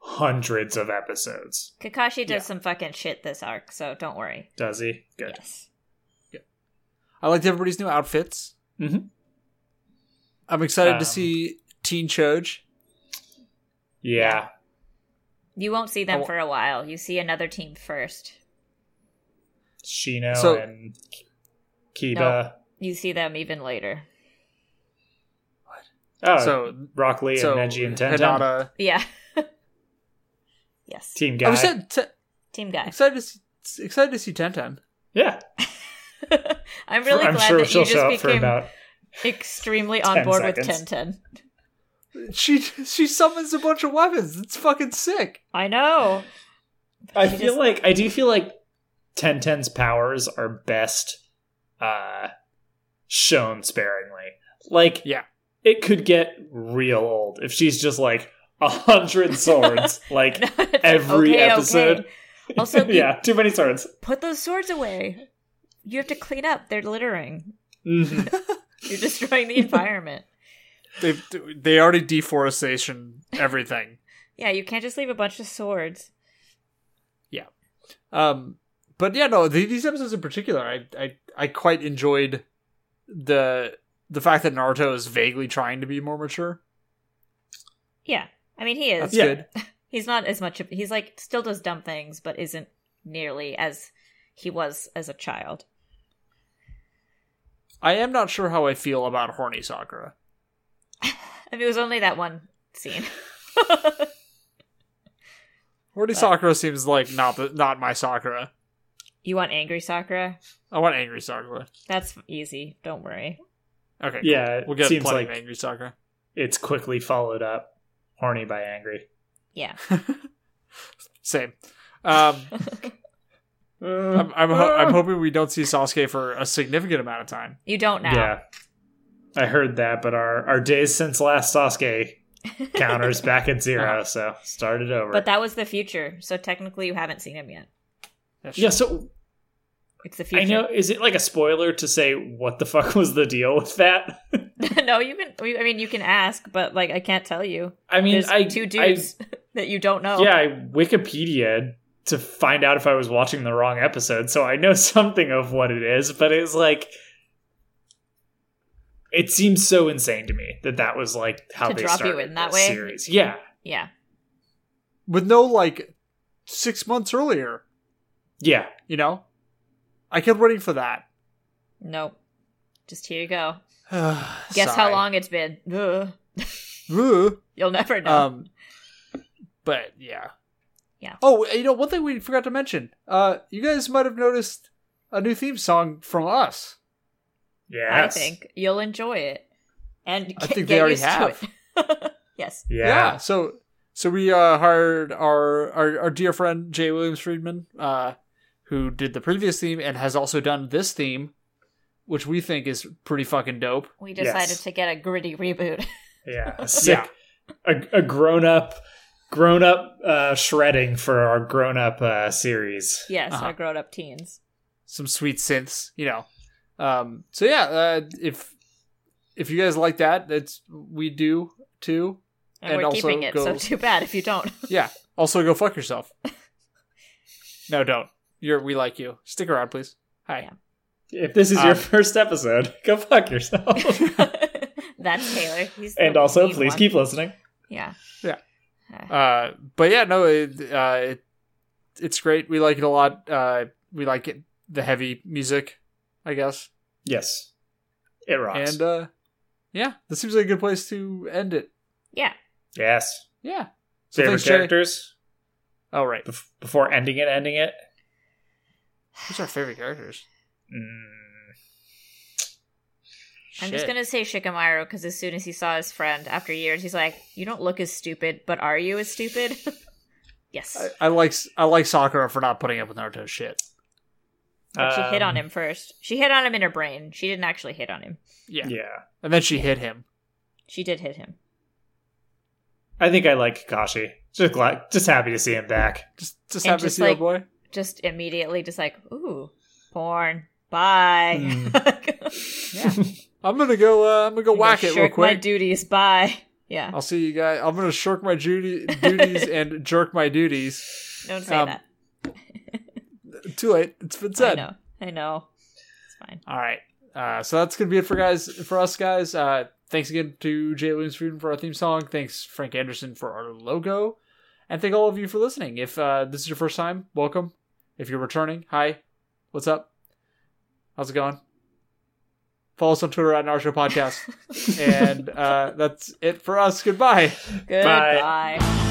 B: hundreds of episodes.
C: Kakashi does
D: Yeah.
C: some fucking shit this arc, so don't worry.
B: Does he? Good.
C: Yes,
D: I liked everybody's new outfits.
B: Mhm.
D: I'm excited
B: Um,
D: to see Teen Choj.
B: Yeah.
C: you won't see them
D: I wa-
C: for a while. You see another team first.
B: Shino
D: So-
B: and Kiba.
C: No. You see them even later.
B: Oh,
D: so
B: Rock Lee
D: so
B: and Neji and Tenten.
D: Hinata.
C: Yeah. yes.
B: Team
D: I'm
B: guy.
D: excited, to,
C: Team guy.
D: excited to see, excited to see Tenten.
B: yeah.
C: I'm really
B: I'm
C: glad
B: sure
C: that
B: she'll
C: you
B: show
C: just
B: up for
C: became
B: about.
C: extremely
B: 10
C: on board with
B: seconds.
C: Tenten.
D: She she summons a bunch of weapons. It's fucking sick.
C: I know.
B: I
C: She
B: feel
C: just-
B: like I do feel like Tenten's powers are best uh shown sparingly. Like
D: Yeah.
B: it could get real old if she's just like a hundred swords. like
C: It's like,
B: every episode.
C: Also, you-
B: yeah, too many swords.
C: Put those swords away. You have to clean up. They're littering.
B: Mhm.
C: You're destroying the environment.
D: They've they already deforestation everything.
C: Yeah, you can't just leave a bunch of swords.
D: Um, but yeah, no, the, these episodes in particular, I, I I quite enjoyed the the fact that Naruto is vaguely trying to be more mature.
C: Yeah. I mean, he is.
D: That's
B: Yeah.
D: good.
C: He's not as much of. He's like, still does dumb things, but isn't nearly as he was as a child.
D: I am not sure how I feel about horny Sakura.
C: I mean, it was only that one scene.
D: Horny
B: Uh,
C: But-
D: Sakura seems like not the, not my Sakura.
C: you want angry Sakura?
D: I want angry Sakura.
C: That's easy. Don't worry.
D: Okay, cool.
B: Yeah, it
D: we'll get
B: seems
D: plenty
B: like
D: of angry Sakura.
B: it's quickly followed up, horny by angry.
C: Yeah.
D: Same. Um,
C: Um,
D: I'm I'm, ho-
B: Ah.
D: I'm hoping we don't see Sasuke for a significant amount of time.
C: You don't now.
B: Yeah, I heard that, but our our days since last Sasuke counters back at zero, so start it over.
C: But that was the future, so technically you haven't seen him yet.
D: That's
B: yeah,
D: true.
B: so
C: It's the future.
B: I know. Is it like a spoiler to say what the fuck was the deal with that?
C: no, you can. I mean, you can ask, but like, I can't tell you.
B: I mean,
C: There's
B: I
C: two
B: I-
C: dudes Oh. that you don't know.
B: Yeah, I Wikipedia to find out if I was watching the wrong episode, so I know something of what it is, but it's like it seems so insane to me that that was like how
C: To
B: they
C: drop you
B: started
C: in that
B: this
C: way?
B: series. Yeah,
C: yeah.
D: with no like six months earlier.
B: yeah,
D: You know, I kept waiting for that.
C: Nope. Just here you go. Guess
D: Guess
C: how long it's been. Ugh. You'll never know.
D: Um, but yeah,
C: Yeah.
D: Oh, you know, one thing we forgot to mention. Uh, you guys might have noticed a new theme song from us.
B: yes,
C: I think you'll enjoy it, and
D: I
C: get- get
D: think they already
C: used to
D: have.
C: it. yes.
B: yeah.
D: So, so we uh, hired our, our our dear friend Jay Williams Friedman, uh, who did the previous theme and has also done this theme, which we think is pretty fucking dope.
C: We decided
B: Yes.
C: to get a gritty reboot.
B: yeah, A sick, A, a grown up, grown up uh, shredding for our grown up uh, series.
C: yes,
D: Uh-huh.
C: our grown-up teens.
D: some sweet synths, you know. Um, so yeah, uh, if if you guys like that, that's we do too.
C: And,
D: And
C: we're
D: also
C: keeping it, so
D: goes-
C: too bad if you don't.
D: Yeah. Also, go fuck yourself. no, don't. You're we like you. Stick around, please. Hi.
C: Yeah.
B: If this is
D: Um,
B: your first episode, go fuck yourself.
D: Oh.
C: That's Taylor. He's the
B: and also,
C: mean
B: please
C: one.
B: keep listening.
C: Yeah.
D: Uh, but yeah, no, it, uh, it, it's great. We like it a lot. Uh, we like it, the heavy music, I guess.
B: Yes, it rocks.
D: And uh, yeah, this seems like a good place to end it.
C: Yeah.
B: yes.
D: Yeah. So
B: favorite
D: thanks, Jay.
B: characters
D: Oh right,
B: bef- before ending it ending it
D: who's our favorite characters?
B: Mm,
C: I'm just
D: Shit.
C: gonna say Shikamaru because as soon as he saw his friend after years, he's like, "You don't look as stupid, but are you as stupid?" yes,
D: I, I like I like Sakura for not putting up with Naruto's shit.
C: But she hit
B: um,
C: on him first. She hit on him in her brain. She didn't actually hit on him.
D: Yeah.
B: yeah
D: And then she hit him.
C: She did hit him.
B: i think i like kakashi just glad just happy to see him back
D: Just just
C: And
D: happy
C: just,
D: to see
C: like-
D: old boy.
C: Just immediately, just like, "Ooh, porn." Bye.
D: Hmm. Yeah. I'm gonna go uh, I'm gonna go
C: I'm gonna
D: whack it real
C: shirk My
D: quick.
C: duties. Bye. Yeah.
D: I'll see you guys I'm gonna shirk my duty duties and jerk my duties.
C: Don't say
D: um,
C: that.
D: Too late. It's been
C: I
D: said.
C: know. I know. It's fine.
D: All right. Uh, so that's gonna be it for guys for us guys. Uh, thanks again to Jay Williams Friedman for our theme song. Thanks Frank Anderson for our logo, and thank all of you for listening. If uh, this is your first time, welcome. If you're returning, hi, what's up? How's it going? Follow us on Twitter at Our Show Podcast, and uh, that's it for us. Goodbye.
C: Goodbye.